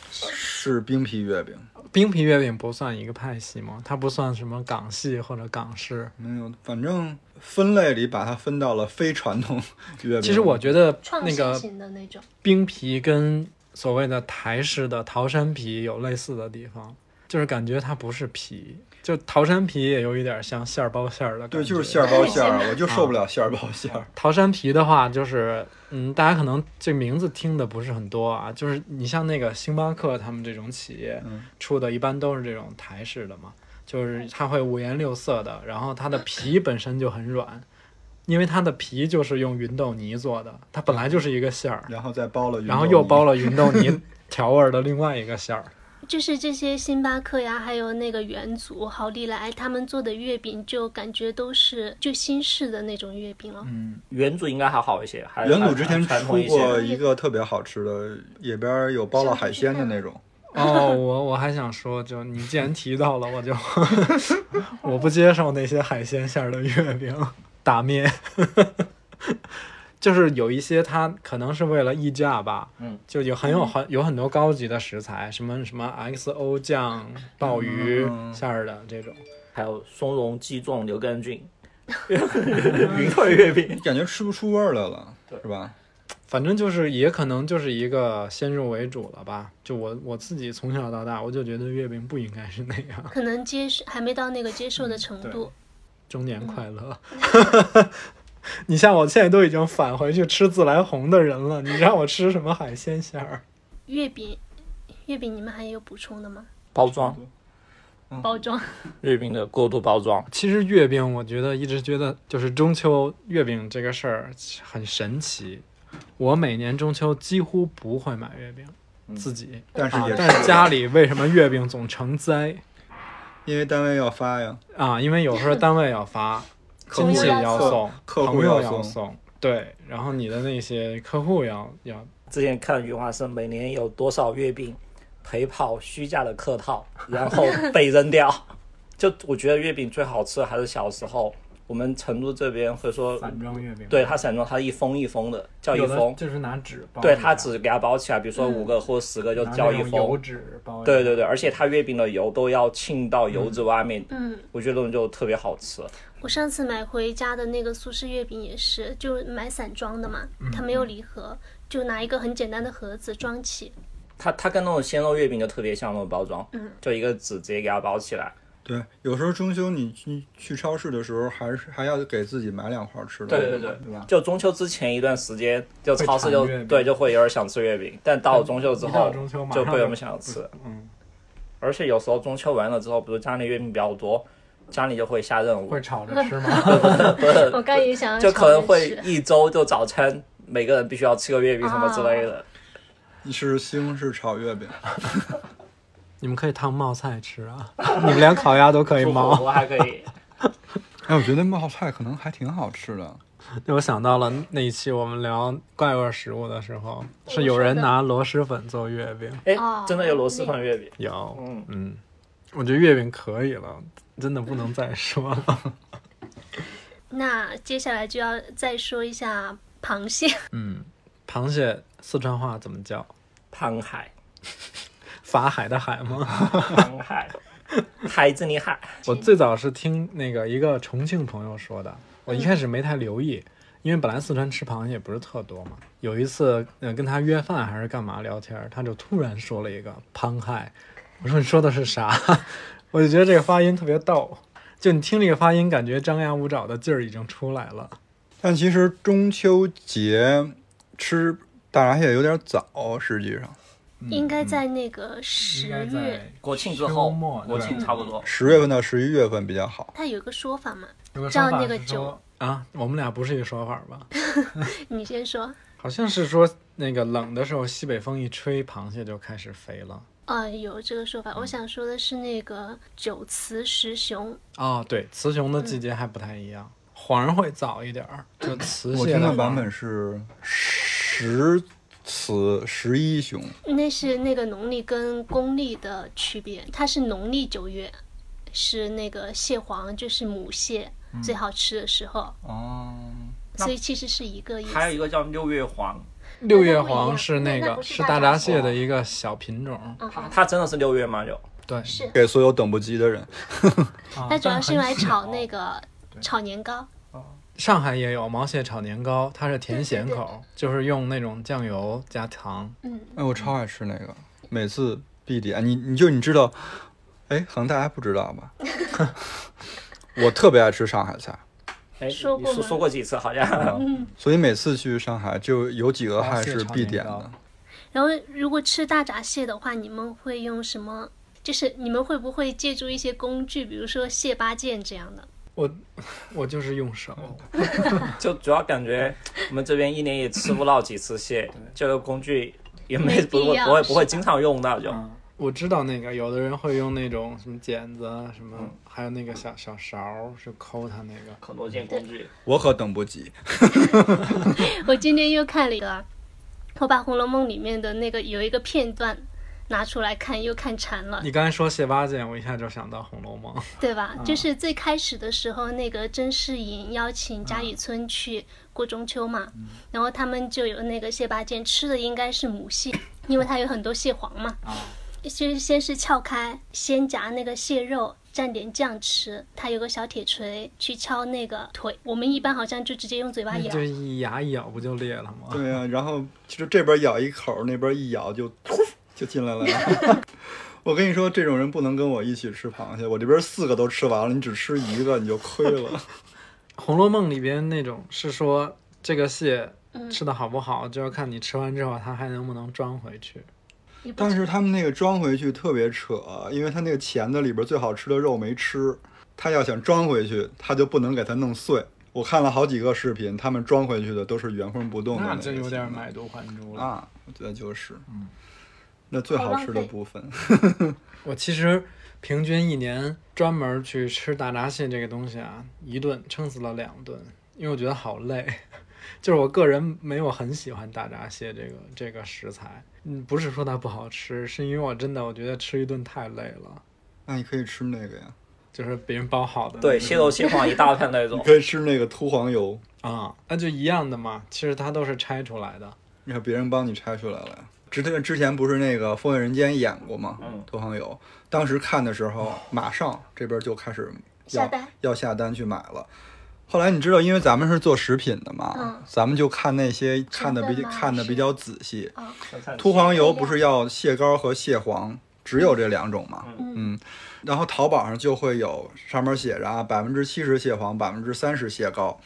S3: 是冰皮月饼，
S1: 冰皮月饼不算一个派系吗？它不算什么港系或者港式。
S3: 没有，反正分类里把它分到了非传 统月饼。
S1: 其实我觉得
S2: 创
S1: 那
S2: 新
S1: 个
S2: 型的那种，
S1: 冰皮跟所谓的台式的桃山皮有类似的地方，就是感觉它不是皮，就桃山皮也有一点像馅儿包馅儿的感觉。
S3: 对，
S4: 嗯
S3: 就是馅儿包馅儿，啊我就受
S4: 啊
S3: 不了馅儿包馅儿。
S1: 桃山皮的话，就是嗯，大家可能这名字听的不是很多啊，就是你像那个星巴克他们这种企业
S3: 嗯
S1: 出的，一般都是这种台式的嘛，就是它会五颜六色的，然后它的皮本身就很软，因为它的皮就是用芸豆泥做的，它本来就是一个馅儿，
S3: 然后再包了，
S1: 然后又包。了芸豆泥调味儿的另外一个馅儿。
S2: 就是这些星巴克呀，还有那个元祖、好利来他们做的月饼，就感觉都是就新式的那种月饼了。
S1: 嗯
S4: 元祖应该还好一些，还
S3: 远古之前
S4: 传
S3: 出
S4: 统一些。
S3: 过一个特别好吃的，里边儿有包了海鲜的那种，
S1: 哦，我我还想说，就你既然提到了，我就 我不接受那些海鲜馅儿的月饼，打灭。 就是有一些它可能是为了溢价吧，
S4: 嗯，
S1: 就有很有很有很多高级的食材，什么什么 XO 酱、鲍鱼
S3: 嗯
S1: 馅儿的这种，
S4: 还有松茸鸡枞牛肝 菌，云腿月饼。
S3: 感觉吃不出味儿来了
S4: 对，
S3: 是吧？
S1: 反正就是也可能就是一个先入为主了吧。就我我自己从小到大，我就觉得月饼不应该是那样。
S2: 可能接受还没到那个接受的程
S1: 嗯
S2: 度，
S1: 中年快乐。 你像我现在都已经返回去吃自来红的人了，你让我吃什么海鲜馅儿？
S2: 月饼，月饼你们还有补充的吗？
S4: 包装
S2: 包装，
S4: 月饼的过度包装，
S1: 其实月饼，我觉得一直觉得就是中秋月饼这个事儿很神奇。我每年中秋几乎不会买月饼，自己，
S3: 但是
S1: 啊
S3: 也，
S1: 但是家里为什么月饼总成灾
S3: 因为单位要发呀，
S1: 啊？因为有时候单位要发，
S3: 客
S1: 亲
S3: 户
S1: 戚
S2: 要
S1: 要
S3: 送
S1: 送，
S3: 客户
S1: 朋
S3: 要
S1: 友
S3: 送
S1: 送，对，然后你的那些客户要要
S4: 之前看余华生每年有多少月饼陪跑虚假的客套，然后被扔掉。就我觉得月饼最好吃还是小时候，我们成都这边会说，
S1: 装月饼
S4: 对它散装，它一封一封的叫一
S1: 有的
S4: 封，
S1: 就是拿纸包一下，
S4: 对它只给它包起来，比如说五个或十个就
S1: 拿
S4: 叫
S1: 那
S4: 一
S1: 种油
S4: 封。
S1: 纸包一下
S4: 对对对，而且它月饼的油都要浸到油脂外面，
S2: 嗯，
S4: 我觉得那种就特别好吃。
S2: 我上次买回家的那个苏式月饼也是，就买散装的嘛，
S4: 嗯
S2: 它没有礼盒，就拿一个很简单的盒子装起。
S4: 它它跟那种鲜肉月饼就特别像那种包装，嗯，就一个纸直接给它包起来。
S3: 对，有时候中秋你去去超市的时候，还是还要给自己买两块儿吃的，
S4: 对对对
S3: 对吧？
S4: 就中秋之前一段时间，就超市就
S1: 会馋月饼
S4: 对就会有点想吃月饼，但到了中秋之
S1: 一到
S4: 后
S1: 中秋马上
S4: 就
S1: 就
S4: 不那么想吃。
S1: 嗯，
S4: 而且有时候中秋完了之后，比如家里月饼比较多，家里就会下任务
S1: 会，炒着 吃吗？
S2: 我刚也想要
S4: 呃就
S2: 炒
S4: 可能
S2: 着
S4: 会
S2: 吃
S4: 一周就早餐每个人必须要吃个月饼什么之类
S2: 哦
S4: 的。
S3: 是西红柿炒 月饼，
S1: 你们可以烫冒菜吃啊，你们 连烤鸭都可以
S4: 做火
S1: 冒。
S4: 锅还可以，
S3: 哎，我觉得冒菜可能还挺好吃的，
S1: 那我想到了那一期我们聊怪味食物的时候，是有人拿螺蛳粉做月饼，
S4: 哎
S2: 哦，
S4: 真的有螺蛳粉月饼，
S1: 有，
S4: 嗯，
S1: 嗯，我觉得月饼可以了，真的不能再说了。
S2: 那接下来就要再说一下螃蟹，
S1: 嗯，螃蟹四川话怎么叫？
S4: 螃海，
S1: 法海的海吗？
S4: 螃 海，海子你海，
S1: 我最早是听那个一个重庆朋友说的，我一开始没太留意，因为本来四川吃螃蟹不是特多嘛。有一次，呃，跟他约饭还是干嘛聊天儿，他就突然说了一个“螃蟹”，我说你说的是啥？ 我就觉得这个发音特别逗，就你听这个发音，感觉张牙舞爪的劲儿已经出来了。
S3: 但其实中秋节吃大闸蟹有点早，实际上
S4: 嗯
S2: 应该在那个十月，
S4: 国庆之
S1: 秋
S4: 后
S1: 末，
S4: 国庆差不多，
S3: 十月份到十一月份比较好。
S2: 它有一个说法嘛，
S1: 有个
S2: 照那个酒
S1: 啊，我们俩不是一个说法吧？
S2: 你先
S4: 嗯
S2: 说。
S1: 好像是说那个冷的时候，西北风一吹，螃蟹就开始肥了。
S2: 呃，有这个说法。我想说的是那个九雌十雄，
S1: 哦，对，雌雄的季节还不太一样，黄会早一点儿，就雌
S3: 我
S1: 蟹的
S3: 听的
S1: 话
S3: 版本是十雌十一雄，
S2: 那是那个农历跟公历的区别。它是农历九月，是那个蟹黄，就是母蟹、
S4: 嗯
S2: 最好吃的时候，
S3: 哦，
S2: 所以其实是一个意
S4: 还有
S2: 思。
S4: 一个叫六月 黄，
S1: 六月黄是
S6: 那
S1: 个
S6: 那不是
S1: 是
S6: 大闸
S1: 闸蟹的一个小品种，
S2: 嗯
S4: 它真的是六月吗？有，
S1: 对，
S3: 给所有等不及的人。
S1: 啊
S2: 它主要是用来炒那。
S1: 但很小
S2: 个炒年糕。
S1: 上海也有毛蟹炒年糕，它是甜咸口，就是用那种酱油加糖。
S2: 嗯
S3: 哎，我超爱吃那个，每次必点。你你就你知道，哎，可能大家不知道吧？我特别爱吃上海菜，
S4: 哎，你
S2: 说过吗
S4: 说说过几次好 像，
S3: 所以每次去上海就有几个
S1: 螃
S3: 菜
S1: 蟹
S3: 是
S1: 炒
S3: 必
S1: 年
S3: 点
S1: 糕
S3: 的。
S2: 然后，如果吃大闸蟹的话，你们会用什么？就是你们会不会借助一些工具，比如说蟹八件这样的？
S1: 我就是用手，
S4: 就主要感觉我们这边一年也吃不到几次蟹，这个工具也没
S2: 没
S4: 不
S2: 必
S4: 会
S2: 要
S4: 不会不会
S2: 是吧
S4: 经常用到，就
S1: 我知道那个，有的人会用那种什么剪子啊，什么，
S3: 嗯
S1: 还有那个小小勺儿去抠它那个。
S4: 很多件工具。
S3: 我可等不及。
S2: 我今天又看了一个啊，我把《红楼梦》里面的那个有一个片段拿出来看，又看馋了，
S1: 你刚才说蟹八件，我一下就想到《红楼梦》。
S2: 对吧？就是最开始的时候，那个甄士隐邀请贾雨村去过中秋嘛，然后他们就有那个蟹八件，吃的应该是母蟹，因为它有很多蟹黄嘛。先先是撬开，先夹那个蟹肉，蘸点酱吃。它有个小铁锤去敲那个腿，我们一般好像就直接用嘴巴
S1: 那
S2: 咬
S1: 就。一牙一咬不就裂了吗？
S3: 对呀、然后其实这边咬一口，那边一咬就 就进来了。 我跟你说，这种人不能跟我一起吃螃蟹。我这边四个都吃完了，你只吃一个你就亏了。
S1: 《红楼梦》里边那种是说这个蟹吃的好不好，就要看你吃完之后它还能不能装回去。
S2: 你不
S3: 但是他们那个装回去特别扯，因为他那个钳子里边最好吃的肉没吃，他要想装回去，他就不能给它弄碎。我看了好几个视频，他们装回去的都是原封不动的
S1: 那
S3: 个
S1: 真有点
S3: 钳子
S1: 买椟还珠了。
S3: 啊！我觉得就是，嗯，那最好吃的部分，
S1: 我其实平均一年专门去吃大闸蟹这个东西啊，一顿撑死了两顿，因为我觉得好累。 就是我个人没有很喜欢大闸蟹这个这个食材，嗯，不是说它不好吃，是因为我真的我觉得吃一顿太累了，
S3: 那你可以吃那个呀，
S1: 就是别人包好的那
S4: 对，
S1: 种
S4: 蟹肉蟹黄一大片那
S3: 你
S4: 种，
S3: 可以吃那个秃黄油。
S1: 啊，那就一样的嘛，其实它都是拆出来的。
S3: 你看别人帮你拆出来了呀。之前之前不是那个《风味人间》演过吗？
S4: 嗯
S3: 托行友当时看的时候，马上这边就开始要
S2: 下单
S3: 要下单去买了。后来你知道，因为咱们是做食品的嘛，
S2: 嗯
S3: 咱们就看那些看的比
S2: 成分吗
S3: 看的比较仔细。秃
S4: 突
S3: 黄油不是要蟹膏和蟹黄，只有这两种嘛？
S2: 嗯
S3: 嗯，然后淘宝上就会有上面写着啊，百分之七十蟹黄，百分之三十蟹膏，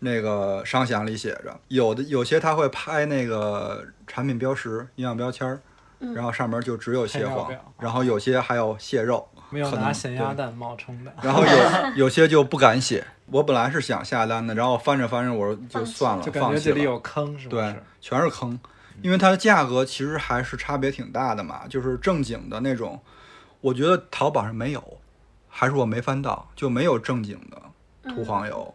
S3: 那个商详里写着，有的有些他会拍那个产品标识、营养标签儿，
S2: 嗯
S3: 然后上面就只有蟹黄
S1: 配料表，
S3: 然后有些还有蟹 肉，
S1: 没有
S3: 可
S1: 拿
S3: 能
S1: 咸鸭
S3: 对
S1: 蛋冒充 的。
S3: 然后有有些就不敢写。我本来是想下单的，然后翻着翻着我说就
S2: 放弃
S3: 算了，
S1: 就感
S3: 放
S1: 觉
S3: 弃
S1: 这
S3: 了
S1: 里。有坑，是不
S3: 对
S1: 是？，
S3: 全是坑，因为它的价格其实还是差别挺大的嘛。就是正经的那种，我觉得淘宝上没有，还是我没翻到，就没有正经的涂黄油。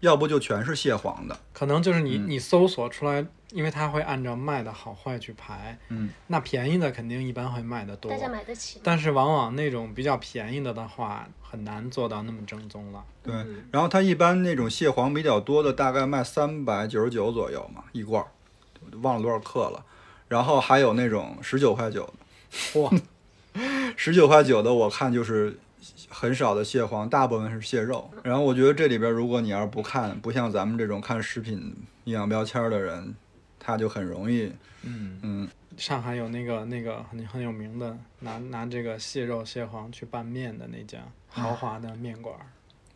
S3: 要不就全是蟹黄的。
S1: 可能就是你、
S3: 嗯
S1: 你搜索出来，因为它会按照卖的好坏去排。
S3: 嗯，
S1: 那便宜的肯定一般会卖的多
S2: 大，家买得起吗？
S1: 但是往往那种比较便宜的的话，很难做到那么正宗了。
S3: 对，然后它一般那种蟹黄比较多的，大概卖三百九十九左右嘛，一罐儿，我都忘了多少克了。然后还有那种十九块九的，
S1: 嚯，
S3: 十九块九的我看就是很少的蟹黄，大部分是蟹肉。然后我觉得这里边如果你要是不看，不像咱们这种看食品营养标签儿的人，他就很容易，
S1: 嗯，
S3: 嗯，
S1: 上海有那个那个很很有名的拿拿这个蟹肉蟹黄去拌面的那
S3: 啊
S1: 家豪华的面馆儿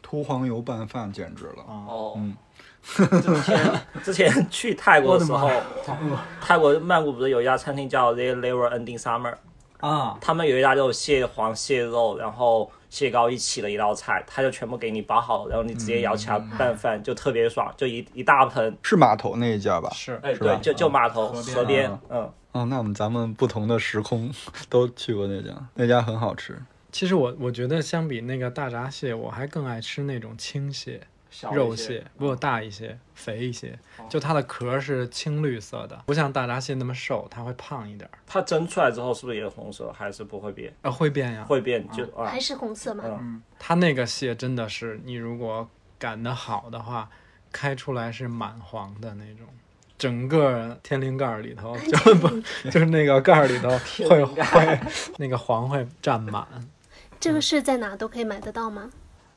S3: 秃黄油拌饭简直了。
S1: 啊，
S4: 哦，
S3: 嗯
S4: 之前 之前去泰国的时候
S7: 我的，
S4: 泰国曼谷不是有一家餐厅叫 The Never Ending Summer，
S7: 啊，
S4: 他们有一家就是蟹黄、蟹肉，然后蟹膏一起的一道菜，他就全部给你包好，然后你直接舀起来拌饭，就特别爽，就一一大盆。
S3: 是码头那一家吧？
S1: 是
S4: 哎，
S3: 吧
S4: 对，就就码头
S7: 河边啊
S4: 河边，嗯，
S3: 哦，那我们咱们不同的时空 都去过那家，那家很好吃。
S1: 其实我我觉得相比那个大闸蟹，我还更爱吃那种青蟹、
S4: 小
S1: 肉
S4: 一些
S1: 蟹，不大一些、肥一些，就它的壳是青绿色的，不像大闸蟹那么瘦，它会胖一点儿。
S4: 它蒸出来之后是不是也红色？还是不会变？
S1: 啊，会变呀！
S4: 会变就啊
S2: 还，是红色嘛，
S4: 嗯
S1: 它那个蟹真的是，你如果擀得好的话，开出来是满黄的那种，整个天灵盖儿里头 就不就是那个盖儿里头会会那个黄会占满。
S2: 这个是在哪都可以买得到吗？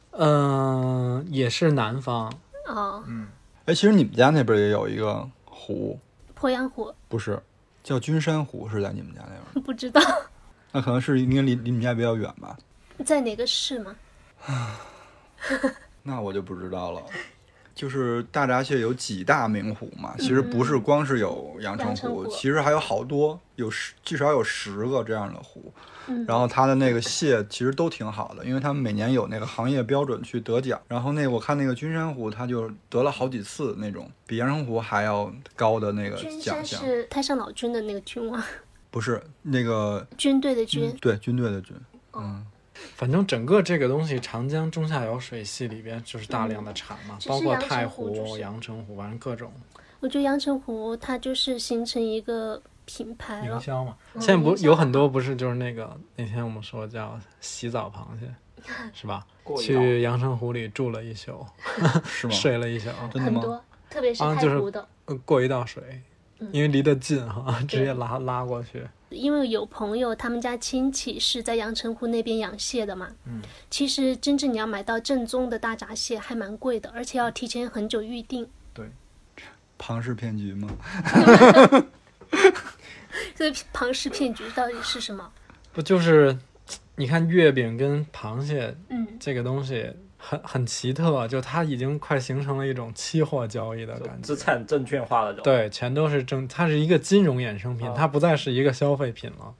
S1: 嗯、也是南方，
S2: 哦，
S3: 哎，其实你们家那边也有一个湖，
S2: 鄱阳湖
S3: 不是叫君山湖，是在你们家那边儿？
S2: 不知道
S3: 那可能是应该离离你们家比较远吧？
S2: 在哪个市吗？
S3: 那我就不知道了。就是大闸蟹有几大名湖嘛，其实不是光是有阳澄
S2: 嗯阳澄湖
S3: 其实还有好多，有十至少有十个这样的湖。
S2: 嗯
S3: 然后它的那个蟹其实都挺好的，因为他们每年有那个行业标准去得奖。然后那个我看那个君山湖，它就得了好几次那种比阳澄湖还要高的
S1: 呃
S3: 那个
S2: 军
S3: 奖
S2: 山
S3: 项，
S2: 是太上老君的那个君王，
S3: 不是那个
S2: 军队的
S1: 嗯
S2: 军。
S3: 嗯对军队的军。
S1: 反正整个这个东西，长江中下游水系里边就是大量的产嘛，
S2: 其实
S1: 包括
S2: 阳澄
S1: 太
S2: 湖就是
S1: 湖、阳澄湖，反正各种
S2: 我觉得阳澄湖它就是形成一个品牌
S1: 营
S2: 了，
S1: 销嘛。现在不
S2: 嗯营销啊
S1: 有很多不是就是那个那天我们说叫洗澡螃 蟹，是吧？
S4: 过一道
S1: 去阳澄湖里住了一 宿，
S3: 是吗？
S1: 睡了一宿，
S3: 真的
S2: 很
S3: 吗？
S2: 多，特别是
S1: 啊
S2: 太
S1: 就是
S2: 湖的，
S1: 呃过一道水，
S2: 嗯
S1: 因为离得近哈，直接拉拉过去。
S2: 因为有朋友他们家亲戚是在阳澄湖那边养蟹的嘛。嗯，其实真正你要买到正宗的大闸蟹还蛮贵的，而且要提前很久预定。
S3: 庞氏骗局吗？
S2: 所以庞氏骗局到底是什么？
S1: 不就是，你看月饼跟螃蟹
S2: 嗯，
S1: 这个东西很很奇特，就它已经快形成了一种期货交易的
S4: 就
S1: 感觉
S4: 资。产证券化了就。
S1: 对，全都是正，它是一个金融衍生品
S4: 啊，
S1: 它不再是一个消费品了。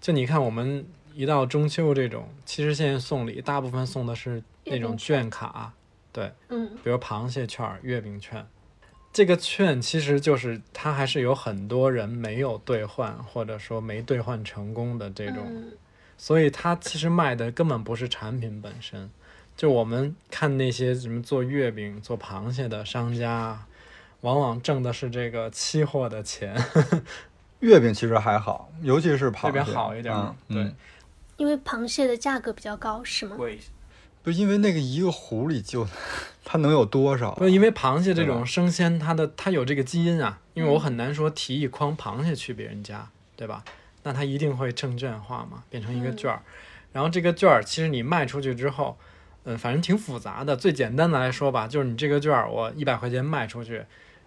S1: 就你看，我们一到中秋这种，其实现在送礼大部分送的是那
S2: 月饼
S1: 种券卡，对，
S2: 嗯，
S1: 比如螃蟹券儿、月饼券。这个券其实就是它还是有很多人没有兑换，或者说没兑换成功的这种
S2: 嗯
S1: 所以它其实卖的根本不是产品本身。就我们看那些什么做月饼、做螃蟹的商家，往往挣的是这个期货的钱，
S3: 月饼其实还好，尤其是螃蟹
S1: 这边好一点儿。
S3: 嗯、
S1: 对
S3: 嗯，，
S2: 因为螃蟹的价格比较高，是吗？
S4: 贵
S3: 不因为那个一个湖里就 它能有多少啊？
S1: 不因为螃蟹这
S3: 对
S1: 种
S3: 吧
S1: 生鲜，它的它有这个基因啊，因为我很难说提一筐螃蟹去别人家，对吧？那它一定会证券化嘛，变成一个券儿。然后这个券儿，其实你卖出去之后，嗯，反正挺复杂的。最简单的来说吧，就是你这个券儿，我一百块钱卖出去，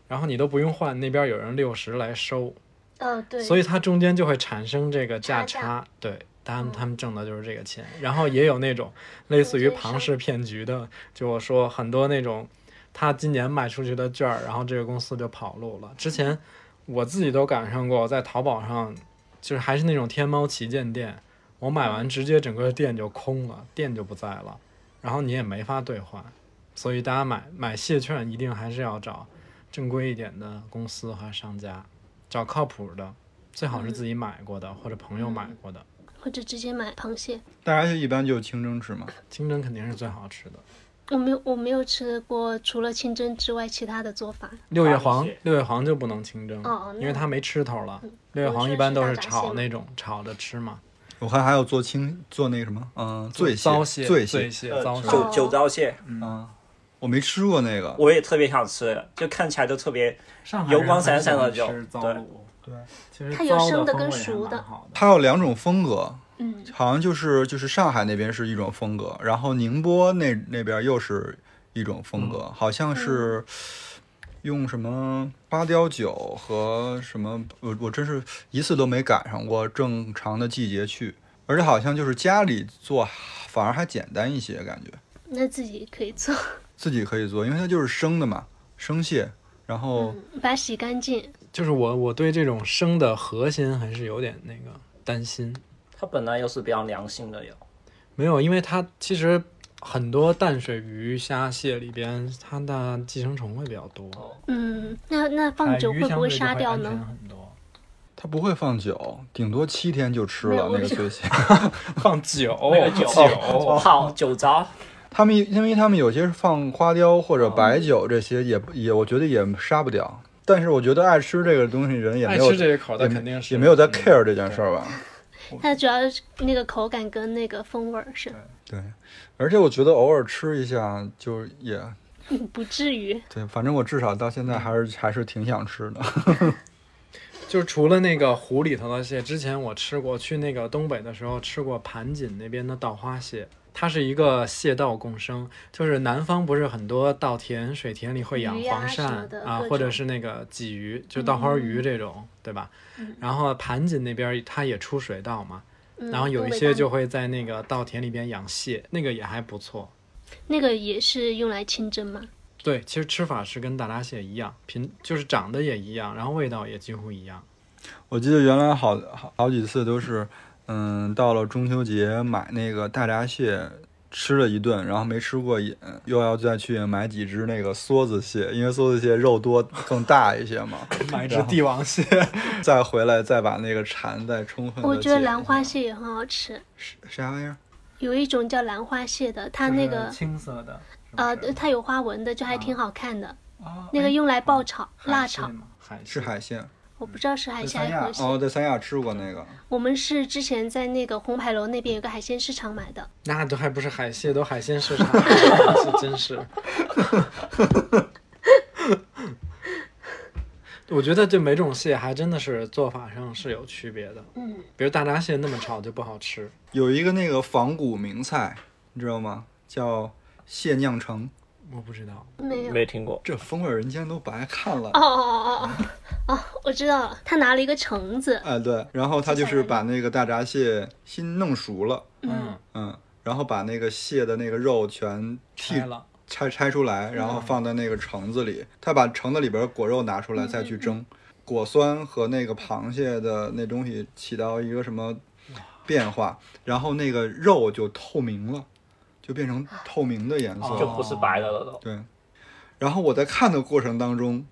S1: 然后你都不用换，那边有人六十来收，
S2: 嗯、对。
S1: 所以它中间就会产生这个价嗯差。
S2: 差价
S1: 对，他们他们挣的就是这个钱。然后也有那种类似于庞氏骗局的，就我说很多那种，他今年卖出去的券儿，然后这个公司就跑路了。之前我自己都赶上过，我在淘宝上就是还是那种天猫旗舰店，我买完直接整个店就空了，店就不在了，然后你也没法兑换。所以大家买买蟹券一定还是要找正规一点的公司和商家，找靠谱的，最好是自己买过的、或者朋友买过的。
S2: 或者直接买螃蟹。
S3: 大闸蟹一般就清蒸吃嘛。
S1: 清蒸肯定是最好吃的。
S2: 我没有我没有吃过除了清蒸之外其他的做法。
S1: 六月黄
S4: 螃蟹，
S1: 六月黄就不能清蒸，
S2: 哦那嗯
S1: 因为它没吃头了。六月黄一般都是炒那种炒着吃嘛，
S3: 我看还有做青做那个什么，嗯、醉
S1: 糟
S3: 蟹，
S1: 醉
S3: 醉
S1: 蟹、
S3: 蟹，
S1: 糟
S4: 呃
S1: 蟹，
S4: 酒酒糟蟹，嗯，
S3: 我没吃过那个，
S4: 我也特别想吃，就看起来就特别
S1: 上海
S4: 油
S1: 人
S4: 光
S1: 很
S4: 闪闪
S1: 喜欢
S4: 的就
S1: 吃糟
S4: 对
S1: 卤，对，其实
S2: 它有
S1: 糟
S2: 生的
S1: 风
S2: 跟
S1: 味还
S2: 熟
S1: 蛮
S2: 的
S1: 好的
S3: 它有两种风格，
S2: 嗯，
S3: 好像就是就是上海那边是一种风格，然后宁波那那边又是一种风格，好像
S2: 嗯
S3: 是用什么花雕酒和什么，我我真是一次都没赶上过正常的季节去，而且好像就是家里做反而还简单一些，感觉
S2: 那自己可以做，
S3: 自己可以做，因为它就是生的嘛，生蟹，然
S1: 哦
S3: 后
S2: 把它洗干净。
S1: 就是我我对这种生的核心还是有点那个担心，
S4: 它本来又是比较良性的油，
S1: 没有，因为它其实很多淡水鱼、虾蟹里边，它的寄生虫会比较多，
S2: 嗯，那那放久
S1: 哎海鱼
S2: 会
S1: 相
S2: 不会
S1: 对就
S2: 杀掉
S1: 安全
S2: 呢？
S1: 很多，
S3: 它不会放酒，顶多七天就吃
S2: 没
S3: 了
S2: 有
S3: 那
S2: 我
S3: 个
S2: 知
S3: 醉蟹。
S1: 放酒，
S4: 哦酒泡酒糟，
S3: 他们因为他们有些是放花雕或
S1: 哦
S3: 者白酒这些也，也我觉得也杀不掉。但是我觉得爱吃这个东西人也没
S1: 爱
S3: 有
S1: 吃这个口
S3: 也
S1: 的
S3: 没
S1: 肯定是嗯
S3: 也没有在 care 这件事儿吧。
S2: 它主要是那个口感跟那个风味儿是，
S3: 对，而且我觉得偶尔吃一下就也
S2: 嗯不至于。
S3: 对，反正我至少到现在还是还是挺想吃的。
S1: 就是除了那个湖里头的蟹，之前我吃过，去那个东北的时候吃过盘锦那边的稻花蟹，它是一个蟹稻共生，就是南方不是很多稻田、水田里会养
S2: 鱼呀
S1: 黄
S2: 什么
S1: 鳝
S2: 的
S1: 啊
S2: 各，
S1: 或者
S2: 种嗯
S1: 是那个鲫鱼，就稻花鱼这种，对吧？然后盘锦那边它也出水稻嘛，
S2: 嗯
S1: 然后有
S2: 东
S1: 一
S2: 北
S1: 些
S2: 大
S1: 就会在那个稻田里边养蟹，那个也还不错。
S2: 那个也是用来清蒸嘛。
S1: 对，其实吃法是跟大闸蟹一样，品就是长得也一样，然后味道也几乎一样。
S3: 我记得原来好好好几次都是，嗯，到了中秋节买那个大闸蟹吃了一顿，然后没吃过瘾，又要再去买几只那个梭子蟹，因为梭子蟹肉多更大一些嘛，
S1: 买一只帝王 蟹，
S3: 再回来再把那个馋再充
S1: 嗯
S3: 分。
S2: 我觉得兰花蟹也很好吃，
S3: 是啥玩意儿？
S2: 有一种叫兰花蟹的，它那个
S1: 青色的，
S2: 呃，它有花纹的，就还挺好看的。
S1: 啊
S2: 那个用来爆炒、辣炒，
S1: 海
S3: 是海鲜。
S2: 我不知道是海鲜还是河蟹。
S3: 哦，在三亚吃过那个，
S2: 我们是之前在那个红牌楼那边有个海鲜市场买的，
S1: 那都还不是海蟹，都海鲜市场，这真 是。我觉得这每种蟹还真的是做法上是有区别的，
S2: 嗯，
S1: 比如大闸蟹那么炒就不好吃，
S3: 有一个那个仿古名菜，你知道吗？叫蟹酿橙，
S1: 我不知道。
S2: 没有。
S4: 没听过，
S3: 这风味人间都白看了。
S2: 哦哦哦哦哦，哦，我知道了，他拿了一个橙子，
S3: 哎，对，然后他就是把那个大闸蟹先弄熟了，
S1: 嗯，
S3: 嗯，然后把那个蟹的那个肉全剔
S1: 拆了，
S3: 拆拆出来，然后放在那个橙子里，他把橙子里边果肉拿出来再去蒸，果酸和那个螃蟹的那东西起到一个什么变化，然后那个肉就透明了，就变成透明的颜色
S1: 哦
S4: 就
S3: 了，
S4: 不是白的了都。
S3: 对。然后我在看的过程当中。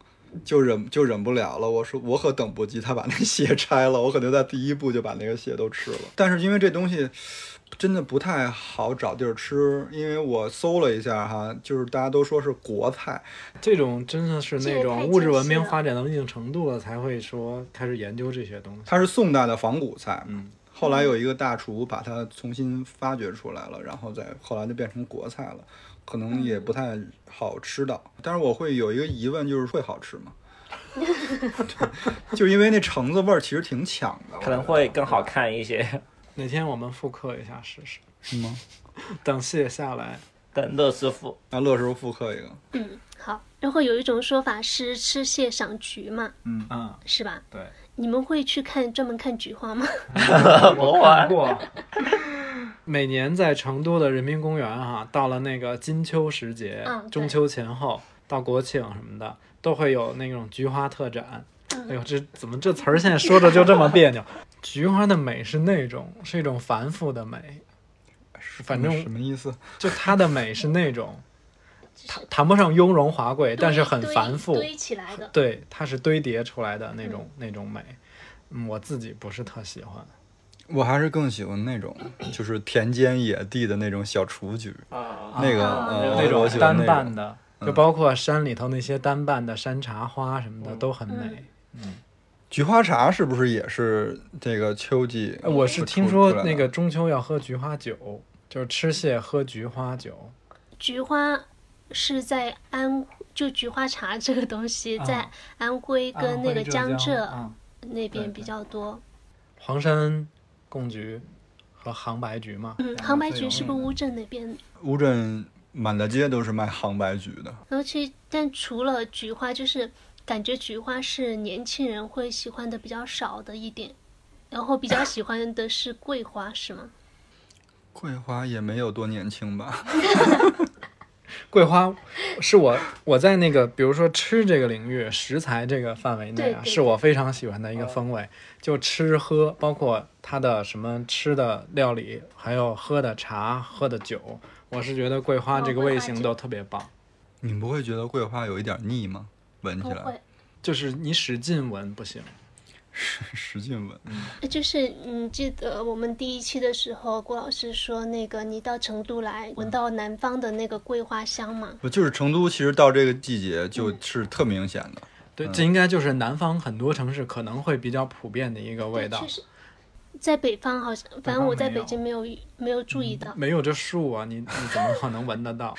S3: 就忍就忍不了了，我说我可等不及他把那蟹拆了，我可能在第一步就把那个蟹都吃了。但是因为这东西真的不太好找地儿吃，因为我搜了一下哈，就是大家都说是国菜，
S1: 这种真的是
S2: 这
S1: 那
S2: 也太
S1: 种物质
S2: 精
S1: 文
S2: 细
S1: 明
S2: 了
S1: 发展到一定程度了，才会说开始研究这些东西。
S3: 它是宋代的仿古菜。
S1: 嗯，
S3: 后来有一个大厨把它重新发掘出来了，然后再后来就变成国菜了，可能也不太好吃到。但是我会有一个疑问，就是会好吃吗？ 就因为那橙子味儿其实挺抢的，
S4: 可能会更好看一些。
S1: 哪天我们复刻一下试试，
S3: 是吗？
S1: 等蟹下来，
S4: 等乐师傅，
S3: 那乐师傅复刻一个，
S2: 嗯，好。然后有一种说法是吃蟹赏菊嘛，
S1: 嗯，
S2: 是吧？
S1: 对。
S2: 你们会去看专门看菊花吗？
S4: 我玩
S1: 过。每年在成都的人民公园哈、到了那个金秋时节，
S2: 嗯对
S1: 中秋前后到国庆什么的，都会有那种菊花特展。
S2: 嗯
S1: 哎呦，这怎么这词儿现在说着就这么别扭？ 菊花的美是那种，是一种繁复的美，反正
S3: 什么意思？
S1: 就它的美是那种， 谈谈不上雍容华贵，哎但是很
S2: 堆
S1: 繁复，
S2: 堆起来的。
S1: 嗯对，它是堆叠出来的那种、那种美。嗯，我自己不是特喜欢。
S3: 我还是更喜欢那种，就是田间野地的那种小雏菊，
S4: 啊
S3: 那个
S2: 啊
S3: 呃，
S1: 那
S3: 我
S1: 种
S3: 喜
S1: 单
S3: 欢那
S1: 瓣
S3: 种
S1: 的，
S3: 嗯
S1: 就包括山里头那些单瓣的山茶花什么
S2: 嗯
S1: 的都很美。
S3: 菊花茶是不是也是这个秋季会
S1: 呃
S3: 出？
S1: 我是听说
S3: 出来的
S1: 那个中秋要喝菊花酒，就是吃蟹喝菊花酒。
S2: 菊花是在安，就菊花茶这个东西
S1: 啊
S2: 在安徽跟那个江浙
S1: 啊
S2: 那
S1: 对
S2: 边
S1: 对
S2: 比较多。
S1: 黄山贡菊和杭白菊嘛，
S2: 嗯，杭白菊是不是乌镇那边？
S3: 乌镇满大街都是卖杭白菊的，
S2: 尤呃其但除了菊花，就是感觉菊花是年轻人会喜欢的比较少的一点，然后比较喜欢的是桂花，是吗？
S3: 桂花也没有多年轻吧？
S1: 桂花是我我在那个比如说吃这个领域食材这个范围内
S2: 对
S1: 啊，
S2: 对哦
S1: 是我非常喜欢的一个风味。就吃喝，包括它的什么吃的料理，还有喝的茶、喝的酒，我是觉得桂花
S2: 哦
S1: 这个
S2: 桂
S1: 味
S2: 花
S1: 型
S2: 酒
S1: 都特别棒。
S3: 你不会觉得桂花有一点腻吗？闻起
S2: 不
S3: 来
S2: 会，
S1: 就是你使劲闻不行，
S3: 使劲闻，
S2: 呃就是你记得我们第一期的时候，郭老师说那个你到成都来，闻到南方的那个桂花香嘛？
S3: 不就是成都？其实到这个季节就是特明显的。
S1: 对，这应该就是南方很多城市可能会比较普遍的一个味
S2: 对
S1: 道
S2: 确。实，在北方好像，反正
S1: 方
S2: 我在
S1: 没
S2: 北
S1: 有
S2: 京没有没有注意到。
S1: 没有这树啊，你你怎么可能闻得 到？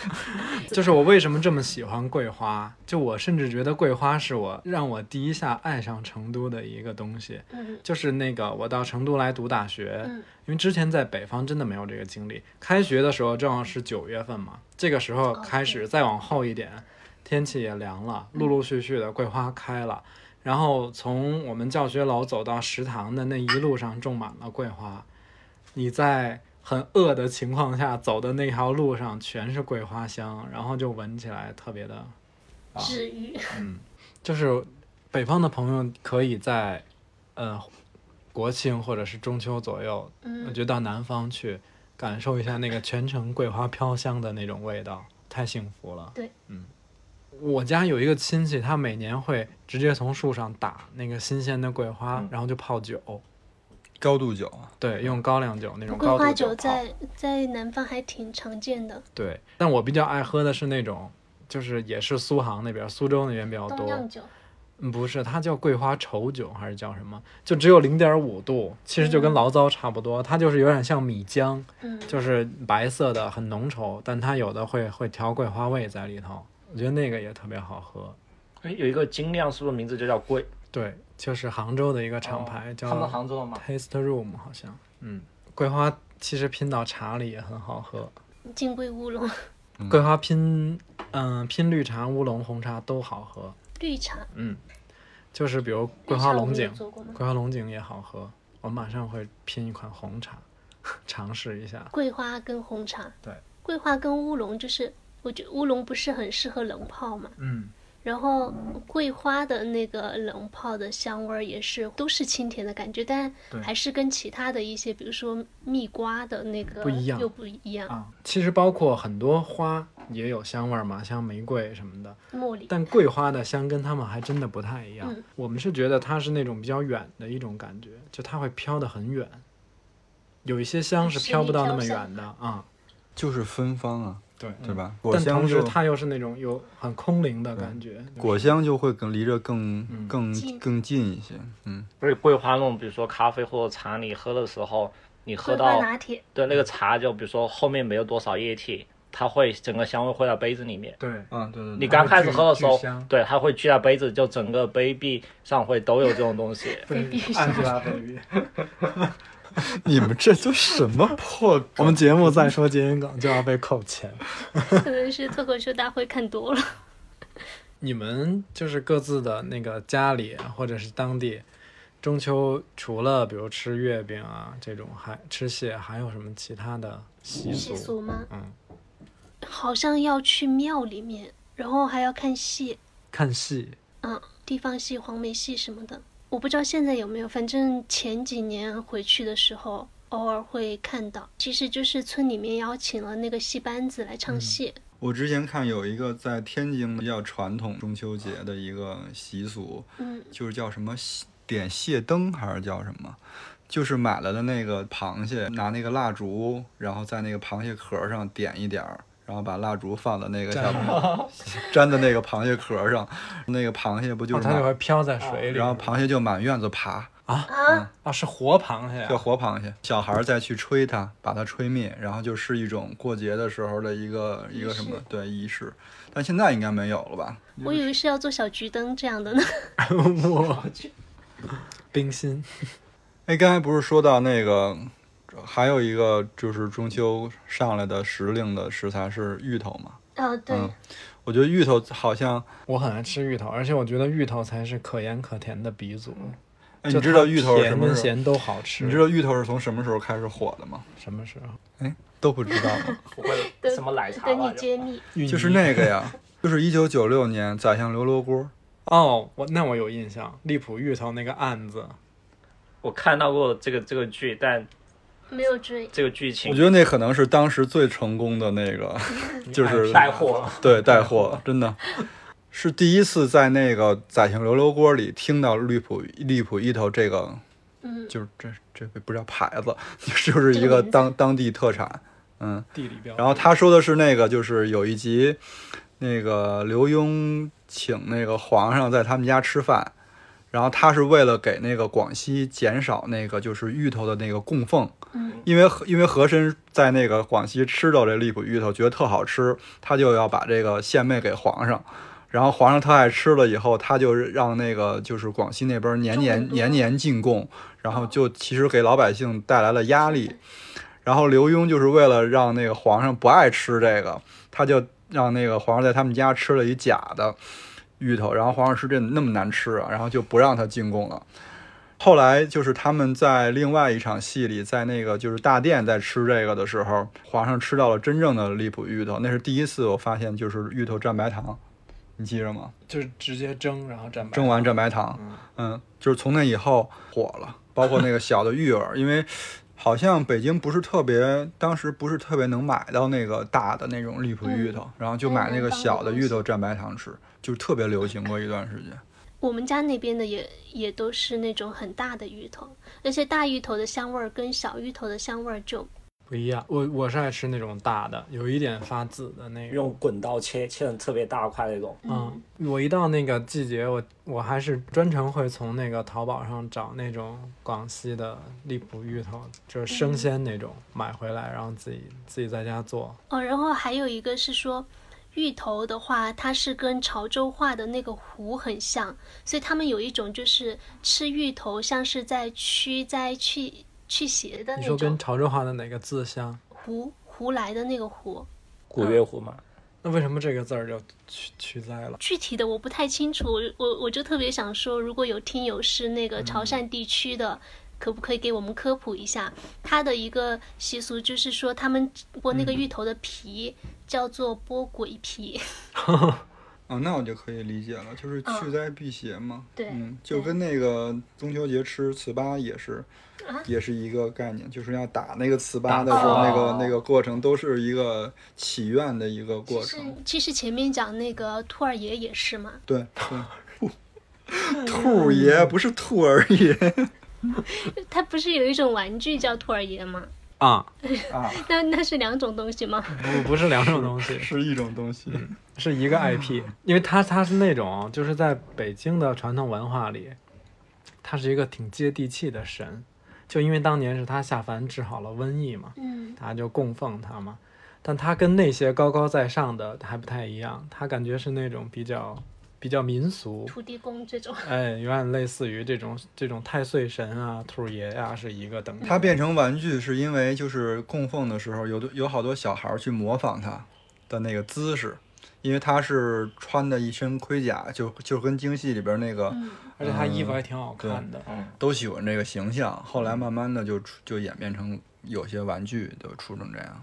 S1: 就是我为什么这么喜欢桂花？就我甚至觉得桂花是我让我第一下爱上成都的一个东西。
S2: 嗯，
S1: 就是那个我到成都来读大学，
S2: 嗯
S1: 因为之前在北方真的没有这个经历。开学的时候正好是九月份嘛，这个时
S2: 哦
S1: 候开始，再往后一点，天气也凉了，陆
S2: 嗯
S1: 陆续续的桂花开了。然后从我们教学楼走到食堂的那一路上种满了桂花，你在很饿的情况下走的那条路上全是桂花香，然后就闻起来特别的啊
S2: 至于
S1: 就是北方的朋友可以在，呃，国庆或者是中秋左右，我
S2: 嗯，
S1: 觉得到南方去感受一下那个全城桂花飘香的那种味道，太幸福了。
S2: 对，
S1: 嗯，我家有一个亲戚，他每年会直接从树上打那个新鲜的桂花，
S4: 嗯
S1: 然后就泡酒，
S3: 高度酒啊，
S1: 对，用高粱酒那种
S2: 桂
S1: 高
S2: 花
S1: 度
S2: 酒
S1: 泡。
S2: 在在南方还挺常见的，
S1: 对，但我比较爱喝的是那种，就是也是苏杭那边、苏州那边比较多。
S2: 东酿酒。
S1: 嗯，不是，它叫桂花稠酒还是叫什么？就只有零点五度，其实就跟醪糟差不多。它就是有点像米浆，
S2: 嗯，
S1: 就是白色的，很浓稠，但它有的会会调桂花味在里头。我觉得那个也特别好喝。
S4: 哎，有一个精酿，是不是名字就叫桂？
S1: 对，就是杭州的一个厂牌、
S4: 哦
S1: 叫
S4: 他们杭州的吗？
S1: Taste Room，好像。嗯，桂花其实拼到茶里也很好喝。
S2: 金龟乌龙、
S1: 桂花拼，嗯、拼绿茶、乌龙、红茶都好喝。
S2: 绿茶，
S1: 就是比如
S2: 绿
S1: 桂
S2: 茶
S1: 花
S2: 我
S1: 龙
S2: 们有
S1: 井，
S2: 做过吗？
S1: 桂花龙井也好喝，我马上会拼一款红茶， 尝试一下。
S2: 桂花跟红茶。
S1: 对，
S2: 桂花跟乌龙就是，我觉得乌龙不是很适合冷泡嘛，
S1: 嗯，
S2: 然后桂花的那个冷泡的香味儿也是都是清甜的感觉，但
S1: 对
S2: 还是跟其他的一些，比如说蜜瓜的那个
S1: 不一样
S2: 又不一样。
S1: 啊，其实包括很多花也有香味儿嘛，像玫瑰什么的，
S2: 茉莉，
S1: 但桂花的香跟它们还真的不太一样。
S2: 嗯
S1: 我们是觉得它是那种比较远的一种感觉，就它会飘得很远，有一些香是
S2: 是
S1: 飘不
S2: 一
S1: 到那
S2: 飘
S1: 么
S2: 香
S1: 远的啊。
S3: 就是芬芳啊，
S1: 对，
S3: 对吧？果
S1: 嗯但同
S3: 香
S1: 时
S3: 就
S1: 它又是那种有很空灵的感觉。就是
S3: 果香就会更离着更
S1: 嗯
S3: 更
S2: 近
S3: 更近一些，嗯。
S4: 所以桂花那种，比如说咖啡或者茶，你喝的时候，你喝
S2: 桂花
S4: 到
S2: 拿铁，
S4: 对那个茶，就比如说后面没有多少液体，它会整个香味会到杯子里面。
S1: 对，
S3: 啊，对对
S4: 你刚开始喝的时
S1: 它会
S4: 候
S1: 聚聚香，
S4: 对，它会聚在杯子，就整个杯壁上会都有这种东西。
S1: 安吉拉 baby。
S3: 你们这都什么破梗？
S1: 我们节目再说谐音梗就要被扣钱。
S2: 可能是脱口秀大会看多了。
S1: 你们就是各自的那个家里或者是当地，中秋除了比如吃月饼啊这种，还吃蟹，还有什么其他的习俗？
S2: 习俗吗？
S1: 嗯，
S2: 好像要去庙里面，然后还要看戏，
S1: 看戏，
S2: 嗯，地方戏、黄梅戏什么的。我不知道现在有没有，反正前几年回去的时候，偶尔会看到。其实就是村里面邀请了那个戏班子来唱戏，
S3: 我之前看有一个在天津比较传统中秋节的一个习俗，
S2: 嗯，
S3: 就是叫什么点蟹灯还是叫什么？就是买了的那个螃蟹，拿那个蜡烛，然后在那个螃蟹壳上点一点儿，然后把蜡烛放到那个下面，粘在那个螃蟹壳上，那个螃蟹不就
S1: 哦
S3: 是
S1: 它
S3: 满
S1: 就会飘在水里。
S3: 然后螃蟹就满院子爬，
S1: 啊是活螃蟹
S3: 叫
S1: 啊，
S3: 活螃蟹。小孩儿再去吹它，把它吹灭，然后就是一种过节的时候的一个一个什么对仪式。但现在应该没有了吧？
S2: 我以为是要做小桔灯这样的呢。
S1: 我去， 冰心
S3: 哎，刚才不是说到那个，还有一个就是中秋上来的时令的食材是芋头嘛？
S2: 哦，对，
S3: 嗯我觉得芋头好像，
S1: 我很爱吃芋头，而且我觉得芋头才是可盐可甜的鼻祖。
S3: 哎，
S1: 就
S3: 你知道
S1: 它
S3: 芋头是什
S1: 甜
S3: 么
S1: 跟
S3: 时候？
S1: 咸都好吃。
S3: 你知道芋头是从什么时候开始火的吗？
S1: 什么时候？
S3: 都不知道吗，
S4: 不会
S2: 对
S4: 什么奶茶
S2: 等
S4: 吧
S2: 你
S4: 就
S2: 揭秘。
S3: 就 是
S1: 芋泥
S3: 那个呀，就是一九九六年宰相刘罗锅，
S1: 哦，我那我有印象，荔浦芋头那个案子，
S4: 我看到过这个这个剧，但
S2: 没有追，
S4: 这个剧情
S3: 我觉得那可能是当时最成功的 那个，就是
S1: 哎
S4: 带货，
S3: 对带货，真的是第一次在那个宰相刘罗锅里听到荔浦荔浦芋头这个，
S2: 嗯，
S3: 就是这这不叫牌子， 就是一
S2: 这个
S3: 个
S2: 名字
S3: 当当地特产，嗯。
S1: 地理标志。
S3: 然后他说的是那个，就是有一集，那个刘墉请那个皇上在他们家吃饭，然后他是为了给那个广西减少那个就是芋头的那个供奉，
S2: 嗯
S3: 因为和因为和珅在那个广西吃到这荔浦芋头，觉得特好吃，他就要把这个献媚给皇上。然后皇上特爱吃了以后，他就让那个就是广西那边年
S2: 种很
S3: 年
S2: 多嗯
S3: 年年进贡，然后就其实给老百姓带来了压力。然后刘墉就是为了让那个皇上不爱吃这个，他就让那个皇上在他们家吃了一假的芋头，然后皇上说这那么难吃啊，然后就不让他进贡了。后来就是他们在另外一场戏里，在那个就是大殿在吃这个的时候，皇上吃到了真正的荔浦芋头，那是第一次我发现就是芋头蘸白糖，你记着吗？
S1: 就是直接蒸，然后蘸白
S3: 蒸完蘸白糖，嗯，就是从那以后火了，包括那个小的芋 儿，因为好像北京不是特别，当时不是特别能买到那个大的那种荔浦芋头，然后就买那个小的芋头蘸白糖吃，就是特别流行过一段时间。
S2: 我们家那边的也也都是那种很大的芋头，而且大芋头的香味儿跟小芋头的香味儿就
S1: 不一样。我我是爱吃那种大的，有一点发紫的那种。
S4: 用滚刀切，切成特别大块那种。
S1: 嗯，我一到那个季节，我我还是专程会从那个淘宝上找那种广西的荔浦芋头，就是
S2: 嗯
S1: 生鲜那种，买回来然后自己自己在家做。
S2: 哦，然后还有一个是说，芋头的话，它是跟潮州话的那个湖很像，所以他们有一种就是吃芋头像是在驱灾去去邪的
S1: 你说
S2: 那
S1: 跟
S2: 种
S1: 潮州话的哪个字像？
S2: 湖湖来的那个湖。
S4: 古月湖嘛，
S1: 那为什么这个字儿就去去灾了？
S2: 具体的我不太清楚，我我我就特别想说，如果有听友是那个
S1: 嗯
S2: 潮汕地区的，可不可以给我们科普一下？它的一个习俗就是说，他们剥
S1: 嗯
S2: 那个芋头的皮、叫做剥鬼皮，
S3: 啊，那我就可以理解了，就是去灾避邪嘛。
S2: 对
S3: 嗯，就跟那个中秋节吃糍粑也是，也是一个概念，就是要打那个糍粑的时候，
S4: 打
S3: 那个
S4: 哦
S3: 那个过程都是一个祈愿的一个过
S2: 是
S3: 程。
S2: 其实前面讲那个兔儿爷也是嘛，
S3: 对对， 兔儿爷不是兔儿爷
S2: 他不是有一种玩具叫兔儿爷吗？
S1: 啊，
S3: 啊，
S2: 那那是两种东西吗？
S1: 不不是两种东 西，
S3: 是一种东西。
S1: 是一个
S3: 啊
S1: IP，因为它它是那种就是在北京的传统文化里，它是一个挺接地气的神，就因为当年是他下凡治好了瘟疫嘛，
S2: 嗯，
S1: 大家就供奉他嘛。但他跟那些高高在上的还不太一样，他感觉是那种比较比较民 俗，
S2: 土地公这种，
S1: 哎，有点类似于这种这种太岁神啊、兔儿爷呀、是一个等级。
S3: 它变成玩具是因为就是供奉的时候有的有好多小孩儿去模仿它的那个姿势，因为它是穿的一身盔甲，就就跟京戏里边那个
S1: 而且他衣服
S3: 嗯
S1: 还挺好看的，
S3: 都喜欢这个形象，后来慢慢的就出就演变成有些玩具就出成这样。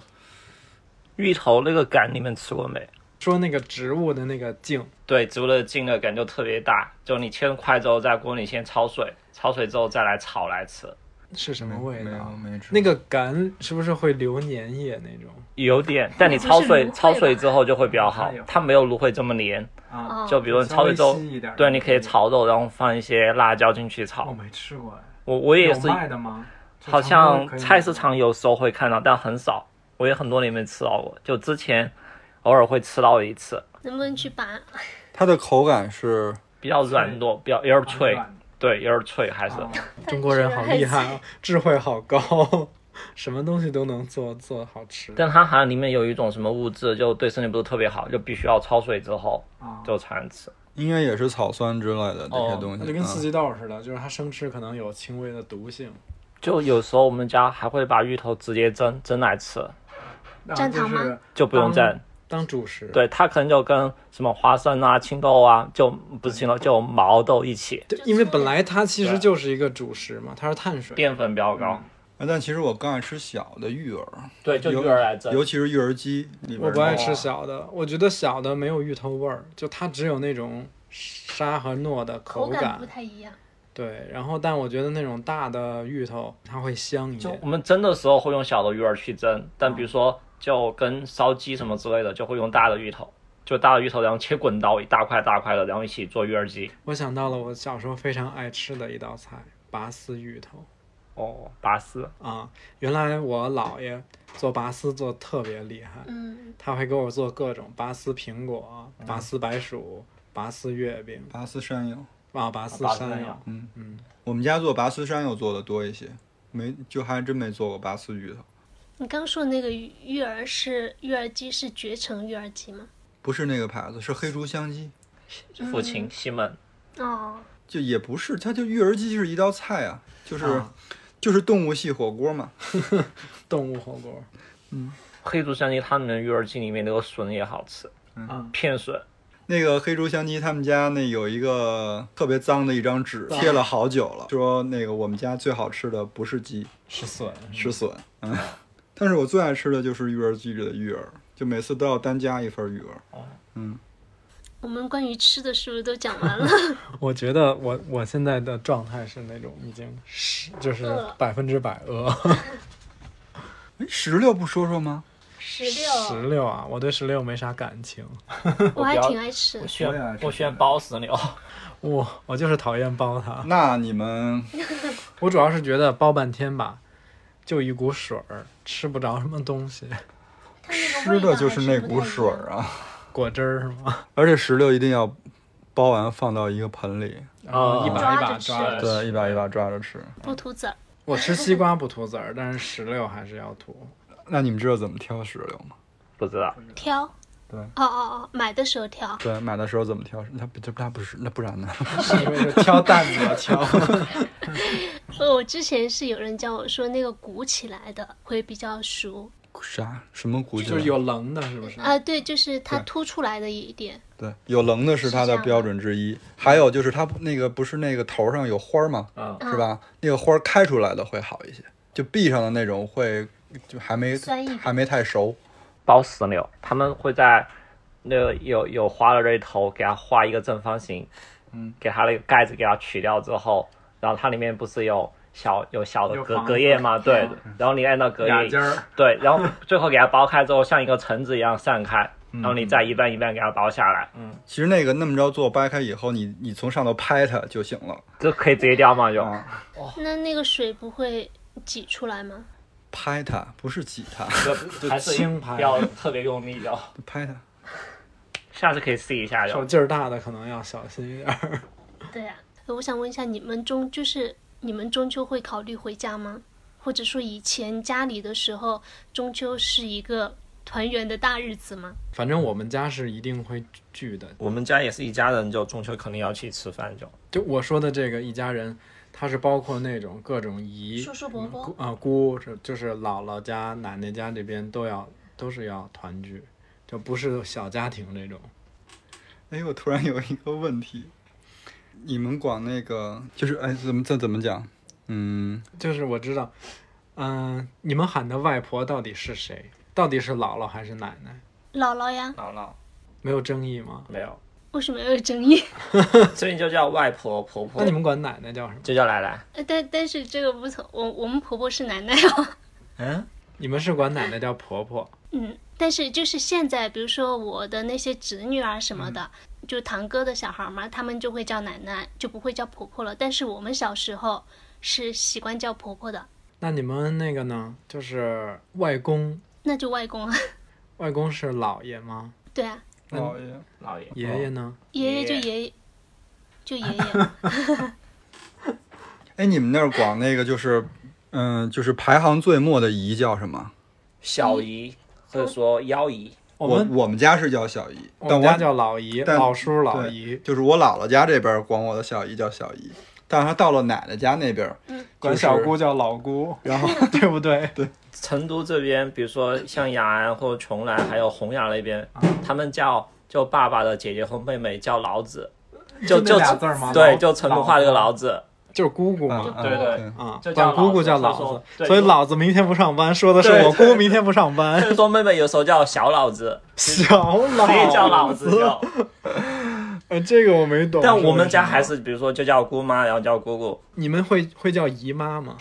S4: 芋头那个杆你们吃过没？
S1: 说那个植物的那个茎，
S4: 对，植物的茎的感就特别大，就你切成块之后，在锅里先焯水，焯水之后再来炒来吃，
S1: 是什么味
S3: 没
S1: 道
S3: 有？没吃
S1: 那个杆是不是会流粘液那种？
S4: 有点，但你
S2: 就是
S4: 焯水
S2: 芦荟
S4: 焯水
S2: 吧哦
S4: 之后就会比较好
S1: 哎呦，
S4: 它没有芦荟这么黏。
S1: 啊，
S4: 就比如
S1: 稍微
S4: 焯水之后
S1: 稀一点，
S4: 对，你可以
S1: 以。
S4: 炒肉，然后放一些辣椒进去
S1: 我
S4: 炒。
S1: 没吃过哎，
S4: 我我也
S1: 有
S4: 是，
S1: 卖的吗？就
S4: 好
S1: 常规
S4: 像
S1: 可以买
S4: 菜市场有时候会看到，但很少。我也很多年没吃到过，就之前偶尔会吃到一次，
S2: 能不能去拔？
S3: 它的口感是
S4: 比较软糯，比较
S1: 哦
S4: 有点脆，对，有点脆还是。
S1: 中国人好厉害啊，智慧好高， 什么东西都能做做好吃。
S4: 但它好像里面有一种什么物质，就对身体不是特别好，就必须要焯水之后就才能吃。
S3: 应该也是草酸之类的这些东西，
S1: 哦那就跟
S3: 嗯
S1: 四季豆似的，就是它生吃可能有轻微的毒性。
S4: 就有时候我们家还会把芋头直接蒸蒸来吃，
S2: 蘸糖吗
S4: 就不用
S1: 当
S4: 蒸。
S1: 当主食。
S4: 对，它可能就跟什么花生啊、青豆啊，就不是青豆，就毛豆一起，
S1: 对，因为本来它其实就是一个主食嘛，它是碳水。
S4: 淀粉比较高。
S3: 哎但其实我更爱吃小的芋儿，
S4: 对，就
S3: 有
S4: 鱼儿来蒸。
S3: 尤其是芋儿鸡里边儿那个。
S1: 我不爱吃小的，我觉得小的没有芋头味儿，就它只有那种沙和糯的
S2: 口
S1: 感。
S2: 不太一样。
S1: 对，然后但我觉得那种大的芋头它会香一
S4: 就
S1: 点
S4: 我。们蒸的时候会用小的鱼儿去蒸，但比如说就跟烧鸡什么之类的，就会用大的芋头，就大的芋头，然后切滚刀一大块大块的，然后一起做鱼儿鸡。
S1: 我想到了我小时候非常爱吃的一道菜——拔丝芋头。
S4: 哦，拔丝，
S1: 啊，原来我姥爷做拔丝做得特别厉害，
S2: 嗯，
S1: 他会给我做各种拔丝苹果、拔丝白薯、拔丝月饼
S3: 拔丝山药，
S1: 啊、拔丝
S4: 拔丝
S1: 山
S4: 山
S1: 药
S4: 药。
S3: 我们家做拔丝山药做的多一些，没就还真没做过拔丝芋头。
S2: 你刚说的那个育育儿是育儿鸡是绝城育儿鸡吗？
S3: 不是那个牌子，是黑竹香鸡，
S4: 父亲西门，
S2: 哦，
S3: 就也不是，它就芋儿鸡是一道菜啊，就是、
S1: 啊
S3: 就是动物系火锅嘛。
S1: 动物火锅，
S4: 黑竹香鸡它里面鱼儿鸡里面那个笋也好吃，
S1: 嗯，
S4: 片笋。
S3: 那个黑竹香鸡他们家那有一个特别脏的一张纸，贴了好久了，说那个我们家最好吃的不是鸡，
S1: 是笋。
S3: 是笋。嗯，但是我最爱吃的就是芋儿鸡里的芋儿，就每次都要单加一份芋儿。
S2: 我们关于吃的是不是都讲完了？
S1: 我觉得我我现在的状态是那种已经是就是
S2: 饿了
S1: 百分之百饿。
S3: 哎，石榴不说说吗？
S2: 石
S1: 石榴啊，我对石榴没啥感情，
S2: 我还挺爱吃
S4: 我
S2: 的。
S4: 喜
S3: 我也爱
S4: 欢
S3: 吃
S4: 我喜欢包石 榴，
S1: 我我就是讨厌剥它。
S3: 那你们
S1: 我主要是觉得剥半天吧，就一股水儿，吃不着什么东西。
S3: 吃的就是那股水儿啊，
S1: 果汁儿是吗？
S3: 而且石榴一定要剥完放到一个盆里，
S1: 然
S4: 啊
S1: 后一把一
S2: 抓
S1: 把
S2: 着
S1: 抓
S2: 吃
S1: 着
S3: 对，一把一把抓着吃。
S2: 不吐籽儿，
S1: 我吃西瓜不吐籽儿，但是石榴还是要 吐。
S3: 那你们知道怎么挑石榴吗？
S4: 不知道
S2: 挑。
S3: 对
S2: 哦哦哦，买的时候挑。
S3: 对，买的时候怎么挑？那不这那不是那不然呢？
S1: 因为是挑担子要 挑。
S2: 呃，我之前是有人教我说那个鼓起来的会比较熟。
S3: 啥什么骨
S1: 就是有棱的，是不是？
S2: 啊、对，就是它
S3: 对
S2: 凸出来的一点。
S3: 对，有棱的是它的标准之一，还有就是它那个不是那个头上有花儿吗？
S4: 嗯
S3: 是吧？那个花儿开出来的会好一些，就闭上的那种会就还没
S2: 酸一点
S3: 还没太熟。
S4: 包石榴，他们会在那个有有花的这一头给它画一个正方形，嗯，给它那个盖子给它取掉之后，然后它里面不是有小有小的
S1: 有
S4: 隔
S1: 房子嗯
S4: 隔 页吗？对，然后你按照隔
S1: 俩
S4: 页
S1: 尖，儿，
S4: 对，然后最后给它剥开之后，像一个橙子一样散开，
S1: 嗯
S4: 然后你再一半一半给它剥下来，
S3: 其实那个那么着做掰开以后，你你从上头拍它就行了，
S4: 这可以直接掉吗？就
S1: 嗯
S3: 啊
S2: 那那个水不会挤出来吗？
S3: 拍它不是挤它，
S4: 就还是
S1: 轻拍
S4: 要特别用力哦。
S3: 拍它。
S4: 下次可以试一下
S1: 手
S4: 哟。
S1: 劲儿大的可能要小心一点儿。
S2: 对呀、呃我想问一下，你们中就是你们中秋会考虑回家吗？或者说以前家里的时候，中秋是一个团圆的大日子吗？
S1: 反正我们家是一定会聚的。
S4: 我们家也是一家人，就中秋肯定要去吃饭 就。
S1: 就我说的这个一家人，它是包括那种各种姨、
S2: 叔伯伯
S1: 姑啊、姑，这就是姥姥家、奶奶家这边都要都是要团聚，就不是小家庭这种。
S3: 哎，我突然有一个问题，你们管那个就是哎怎么这怎么讲？嗯，
S1: 就是我知道，嗯、你们喊的外婆到底是谁？到底是姥姥还是奶奶？
S2: 姥姥呀，
S4: 姥姥
S1: 没有争议吗？
S4: 没有，
S2: 为什么要有争议？
S4: 这边就叫外婆婆婆
S1: 那你们管奶奶叫什么？
S4: 就叫奶奶。
S2: 呃但但是这个不同，我我们婆婆是奶奶哦。
S4: 嗯，
S1: 你们是管奶奶叫婆婆，
S2: 嗯，但是就是现在，比如说我的那些侄女啊什么的，就堂哥的小孩嘛，他们就会叫奶奶，就不会叫婆婆了。但是我们小时候是习惯叫婆婆的。
S1: 那你们那个呢？就是外公，
S2: 那就外公啊，
S1: 外公是老爷吗？
S2: 对啊，
S3: 姥爷，
S4: 老爷
S1: 爷爷呢？
S2: 爷爷就
S4: 爷
S2: 爷爷，就爷爷，
S3: 哎，你们那儿管那个就是，嗯、就是排行最末的姨叫什么？
S4: 小姨或者说幺姨，
S1: 哦我
S3: 我
S1: 们
S3: 我们家是叫小姨，
S1: 我
S3: 但
S1: 们
S3: 我
S1: 家叫老姨、
S3: 但
S1: 老叔、老
S3: 对
S1: 姨，
S3: 就是我姥姥家这边管我的小姨叫小姨，但是她到了奶奶家那边，
S1: 管
S3: 就是
S1: 小姑叫老姑，
S3: 然后
S1: 对不对？
S4: 成都这边，比如说像雅安或者邛崃，还有洪雅那边，他们叫就爸爸的姐姐和妹妹叫老子，就
S1: 那
S4: 就
S1: 俩字儿吗？
S4: 对，
S1: 老
S4: 就成都话这个老子，
S1: 就是姑姑
S3: 啊
S1: 嘛，
S3: 啊
S4: 对对
S3: 对
S2: 嗯
S1: 啊
S4: 嗯就，叫
S1: 管姑姑
S4: 老
S1: 叫
S4: 子
S1: 老
S4: 所以说
S1: 子，
S4: 对
S1: 所以
S4: 就
S1: 老子明天不上班，说的是
S4: 对
S1: 我姑明天不上班
S4: 所，以说妹妹有时候叫小老子，
S1: 小老
S4: 可以叫老子就。
S1: 呃，这个我没懂。
S4: 但我们家还
S1: 是为
S4: 是比如说就叫姑妈，然后叫姑姑，
S1: 什么你们会会叫姨妈吗？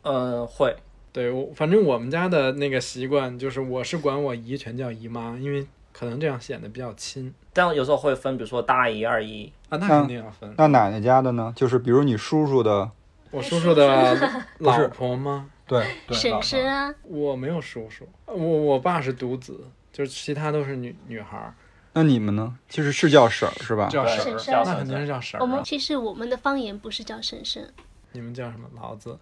S4: 嗯，会
S1: 对我，反正我们家的那个习惯就是，我是管我姨全叫姨妈，因为可能这样显得比较亲
S4: 但有时候会分，比如说大姨、二姨，
S1: 啊。那肯定要分。
S3: 那奶奶家的呢，就是比如你叔叔的，
S1: 我叔叔的老婆吗？
S3: 对 对，
S2: 婶
S3: 姥
S2: 婶
S3: 姥
S2: 啊，
S1: 我没有叔叔，我我爸是独子，就是其他都是女女孩儿，
S3: 那你们呢？其实是叫婶儿是吧？
S1: 叫
S4: 对
S1: 婶儿，
S2: 婶儿
S1: 那肯定是叫婶儿
S2: 我们
S1: 啊。
S2: 其实我们的方言不是叫婶婶，
S1: 你们叫什么？老子？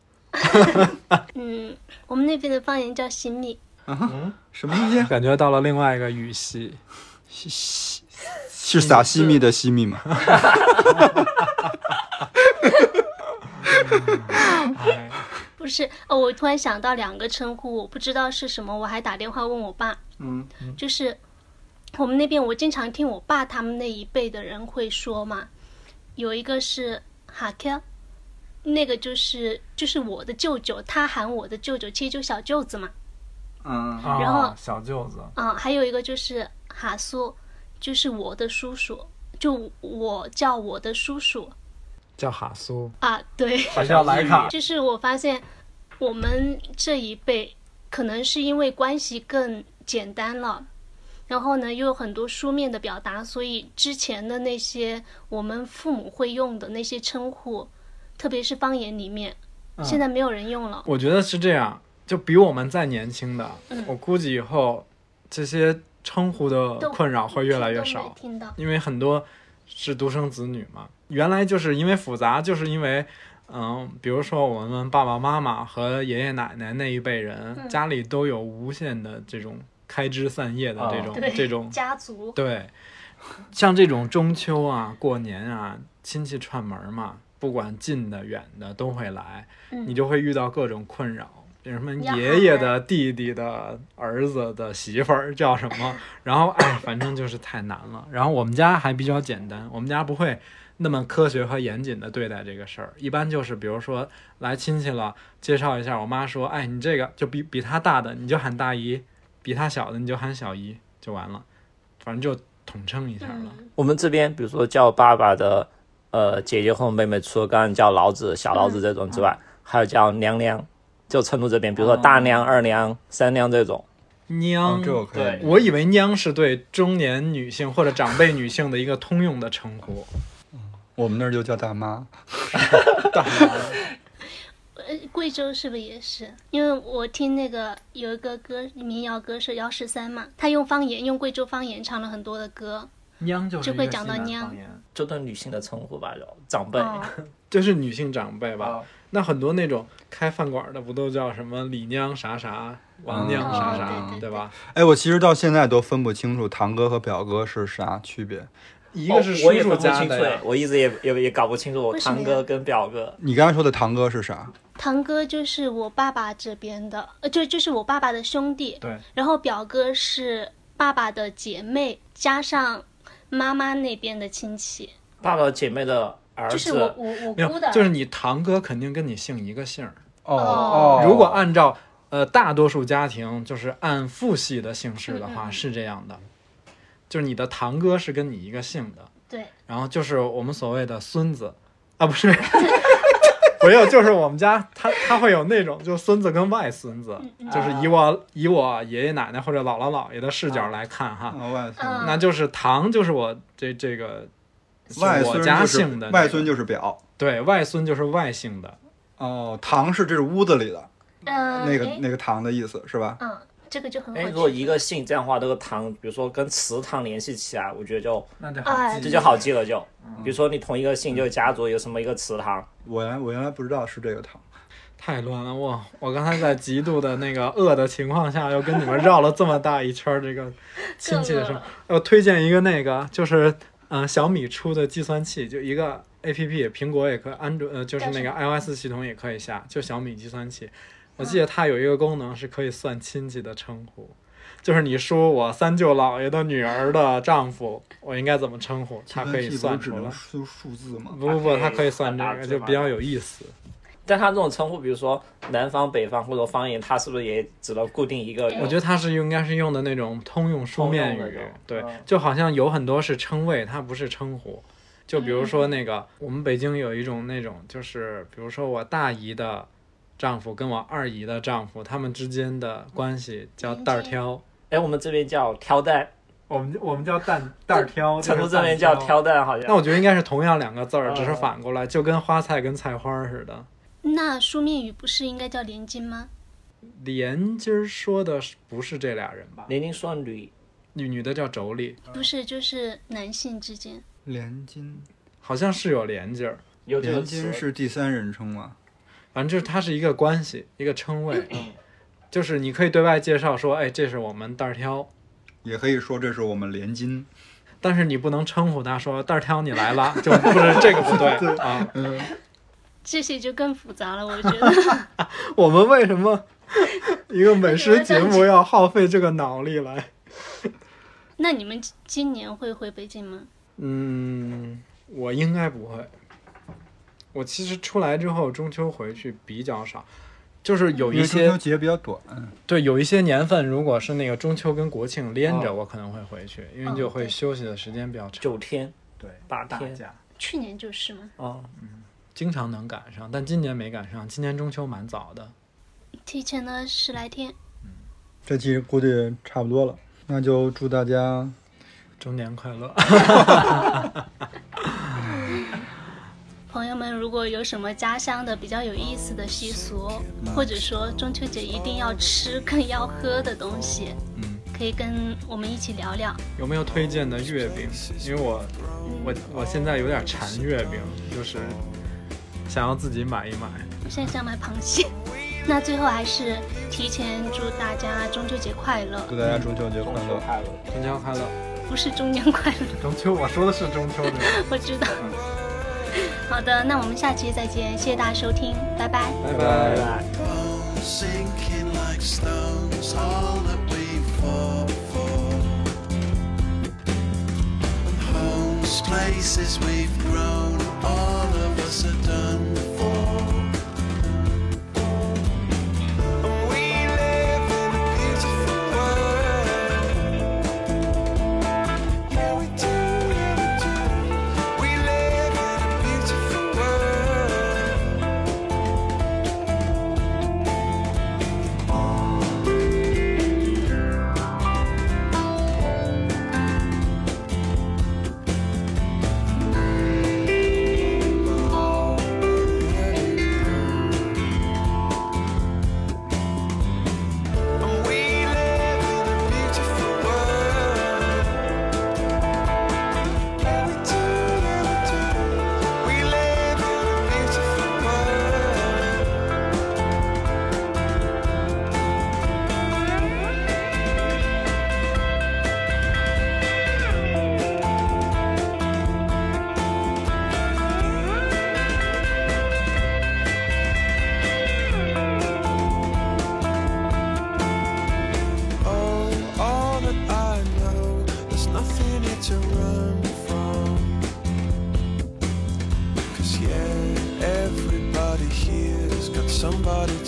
S2: 嗯，我们那边的方言叫新米，
S3: 什么东西？
S1: 感觉到了另外一个语系。
S3: 是撒西米的西米
S1: 嗯
S3: 吗？
S1: 哎，
S2: 不是，哦，我突然想到两个称呼，我不知道是什么，我还打电话问我爸，嗯，就是我们那边，我经常听我爸他们那一辈的人会说嘛，有一个是哈克，那个就是就是我的舅舅，他喊我的舅舅，其实就小舅子嘛，
S3: 嗯，
S2: 然后
S1: 哦小舅子，
S2: 嗯，还有一个就是哈苏，就是我的叔叔，就我叫我的叔叔
S1: 叫哈苏，
S2: 啊，对。
S1: 还叫莱卡。
S2: 就是我发现我们这一辈可能是因为关系更简单了，然后呢又有很多书面的表达，所以之前的那些我们父母会用的那些称呼，特别是方言里面，
S1: 嗯
S2: 现在没有人用了。
S1: 我觉得是这样，就比我们再年轻的，
S2: 嗯
S1: 我估计以后这些称呼的
S2: 都
S1: 困扰啊会越来越
S2: 都没
S1: 少，
S2: 听到，
S1: 因为很多是独生子女嘛。原来就是因为复杂，就是因为。嗯，比如说我们爸爸妈妈和爷爷奶奶那一辈人，
S2: 嗯
S1: 家里都有无限的这种开枝散叶的这种、
S2: 对
S1: 嗯这种
S2: 家族
S1: 对，像这种中秋啊、过年啊，亲戚串门儿嘛，不管近的远的都会来，你就会遇到各种困扰。比如什么
S2: 要
S1: 爷爷
S2: 喊
S1: 的弟弟的儿子的媳妇儿叫什么？然后哎，反正就是太难了。然后我们家还比较简单，我们家不会那么科学和严谨的对待这个事儿，一般就是比如说来亲戚了，介绍一下，我妈说，哎，你这个就比比他大的你就喊大姨，比他小的你就喊小姨就完了。反正就统称一下了。
S4: 我们这边，比如说叫爸爸的，呃，姐姐或妹妹，除了刚刚叫老子、小老子这种之外，还有叫娘娘，就成都这边，比如说大娘、二娘、三娘这种。
S1: 娘，
S3: 哦这我可以
S4: 对
S3: 理解。
S1: 我以为娘是对中年女性或者长辈女性的一个通用的称呼。
S3: 我们那儿就叫大妈。
S2: 呃，贵州是不是也是？因为我听那个有一个歌民谣歌手姚十三嘛，他用方言，用贵州方言唱了很多的歌。
S1: 娘就是
S2: 就会讲到娘
S4: 就对女性的称呼吧，就长辈，
S2: 哦
S1: 就是女性长辈吧。
S4: 啊
S1: 那很多那种开饭馆的不都叫什么李娘啥啥、王娘啥啥，
S2: 哦对对对
S1: 吧？
S3: 哎，我其实到现在都分不清楚堂哥和表哥是啥区别。
S1: 一
S4: 一
S1: 个是叔
S4: 我也分
S1: 叔
S4: 不
S1: 家
S4: 清
S1: 的
S4: 楚
S1: 呀，，
S4: 我一直也也也搞不清楚我
S2: 为什么
S4: 堂
S2: 呀
S4: 哥跟表哥。
S3: 你刚才说的堂哥是啥？
S2: 堂哥就是我爸爸这边的，呃，就就是我爸爸的兄弟。
S1: 对。
S2: 然后表哥是爸爸的姐妹，加上妈妈那边的亲戚，
S4: 爸爸姐妹的儿子，
S2: 就是我我我
S1: 没
S2: 姑
S1: 有
S2: 的，，
S1: 就是你堂哥肯定跟你姓一个姓儿。
S3: 哦
S2: 哦
S1: 如果按照呃大多数家庭就是按父系的姓氏的话，
S2: 嗯嗯
S1: 是这样的，就是你的堂哥是跟你一个姓的，
S2: 对，
S1: 然后就是我们所谓的孙子啊，不是， 没有，就是我们家他他会有那种就孙子跟外孙子，
S2: 嗯
S1: 就是以我以我爷爷奶奶或者姥姥姥爷的视角来看哈，
S3: 哦外孙，
S2: 嗯
S1: 那就是堂就是我这这个是
S3: 外
S1: 我
S3: 孙
S1: 家
S3: 就是
S1: 姓的那个
S3: 外孙就是表。
S1: 对外孙就是外姓的，
S3: 哦，堂是这是屋子里的，
S2: 嗯，
S3: 那个
S2: 诶
S3: 那个糖的意思是吧？
S2: 嗯，这个就很
S4: 哎，如
S2: 好
S4: 果
S2: 记。
S4: 一个姓这样的话，这个糖，比如说跟祠堂联系起来，我觉得就
S7: 那就
S2: 哎
S7: 好记，
S4: 这就好记了就。比如说你同一个姓，就家族有什么一个祠堂，
S3: 我原来我原来不知道是这个糖，
S1: 太乱了！我我刚才在极度的那个饿的情况下，又跟你们绕了这么大一圈儿这个亲戚的事
S2: 更饿
S1: 儿
S2: 了。
S1: 我推荐一个那个，就是嗯、呃小米出的计算器，就一个 A P P，苹果也可以，安卓呃就是那个 I O S 系统也可以下，就小米计算器。我记得它有一个功能是可以算亲戚的称呼，就是你说我三舅姥爷的女儿的丈夫，我应该怎么称呼，它可以
S3: 计算
S1: 算出
S3: 器不是只
S1: 来
S3: 能。输数字吗？
S1: 不不不，它
S4: 它
S1: 可
S4: 可
S1: 以
S4: 以
S1: 算这
S4: 算
S1: 个，
S4: 大致
S1: 就
S4: 嘛
S1: 比较有意思。
S4: 但他这种称呼，比如说南方、北方或者方言，他是不是也只能固定一个？
S1: 我觉得它是用应该是用的那种通用书面
S4: 通用
S1: 语
S4: 的那种，
S1: 对
S4: 嗯，
S1: 就好像有很多是称谓，它不是称呼。就比如说那个，我们北京有一种那种，就是比如说我大姨的丈夫跟我二姨的丈夫，他们之间的关系叫蛋儿挑，
S4: 哎，我们这边叫挑担，
S1: 我们我们叫蛋蛋儿挑，
S4: 成都这边叫。挑担，嗯好
S1: 那
S4: 像。
S1: 我觉得应该是同样两个字儿，
S4: 嗯
S1: 只是反过来，就跟花菜跟菜花儿似的。
S2: 那书面语不是应该叫连襟吗？
S1: 连今儿说的是不是这俩人吧？
S4: 年龄说女，
S1: 女女的叫妯娌，
S2: 不是，就是男性之间。
S3: 连襟，
S1: 好像是有连襟儿。
S4: 有这个
S3: 连
S4: 词
S3: 襟是第三人称吗？
S1: 反正就是它是一个关系，一个称谓， 就是你可以对外介绍说，哎，这是我们蛋儿挑，
S3: 也可以说这是我们连襟。
S1: 但是你不能称呼他说蛋儿挑你来了，就不是这个不 对啊。
S2: 这些就更复杂了，我觉 得
S1: 我们为什么一个美食节目要耗费这个脑力来？
S2: 那你们今年会回北京吗？
S1: 嗯，我应该不会。我其实出来之后，中秋回去比较少，就是有
S3: 因
S1: 一
S3: 为
S1: 些
S3: 中秋节比较短，嗯
S1: 对，有一些年份，如果是那个中秋跟国庆连着，我可能会回去，因为
S2: 哦
S1: 就会
S2: 对
S1: 休息的时间比较长，
S4: 九天
S7: 对，
S4: 八
S7: 大
S4: 天
S7: 家
S2: 去年就是嘛。
S4: 啊，
S1: 经常能赶上，但今年没赶上。今年中秋蛮早的，
S2: 提前了十来天。
S3: 这期估计差不多了，那就祝大家
S1: 中年快乐。
S2: 朋友们，如果有什么家乡的比较有意思的习俗，或者说中秋节一定要吃更要喝的东西，
S1: 嗯，
S2: 可以跟我们一起聊聊。
S1: 有没有推荐的月饼？因为我我我现在有点馋月饼，就是想要自己买一买。
S2: 我现在想买螃蟹。 那最后还是提前祝大家中秋节快乐，
S3: 祝大家中秋节快
S4: 中秋
S3: 乐。
S4: 快乐。
S1: 中秋快乐！
S2: 不是中年快乐，
S1: 中秋，我说的是中秋对吧
S2: 我知道。好的，那我们下期再见，谢谢大家收听，拜拜。
S1: 拜拜
S4: 拜拜。
S8: sinking like stones, all that we fall for. And homes, places we've grown, all of us are done for. And we live in a beautiful world. Yeah, we do, yeah, we do. We live in a beautiful world. We live in a beautiful world. Yeah, we do, yeah, we do. We live in a beautiful world. Oh, all that I know, there's nothing here to run from. Cause yeah, everybody here's got somebody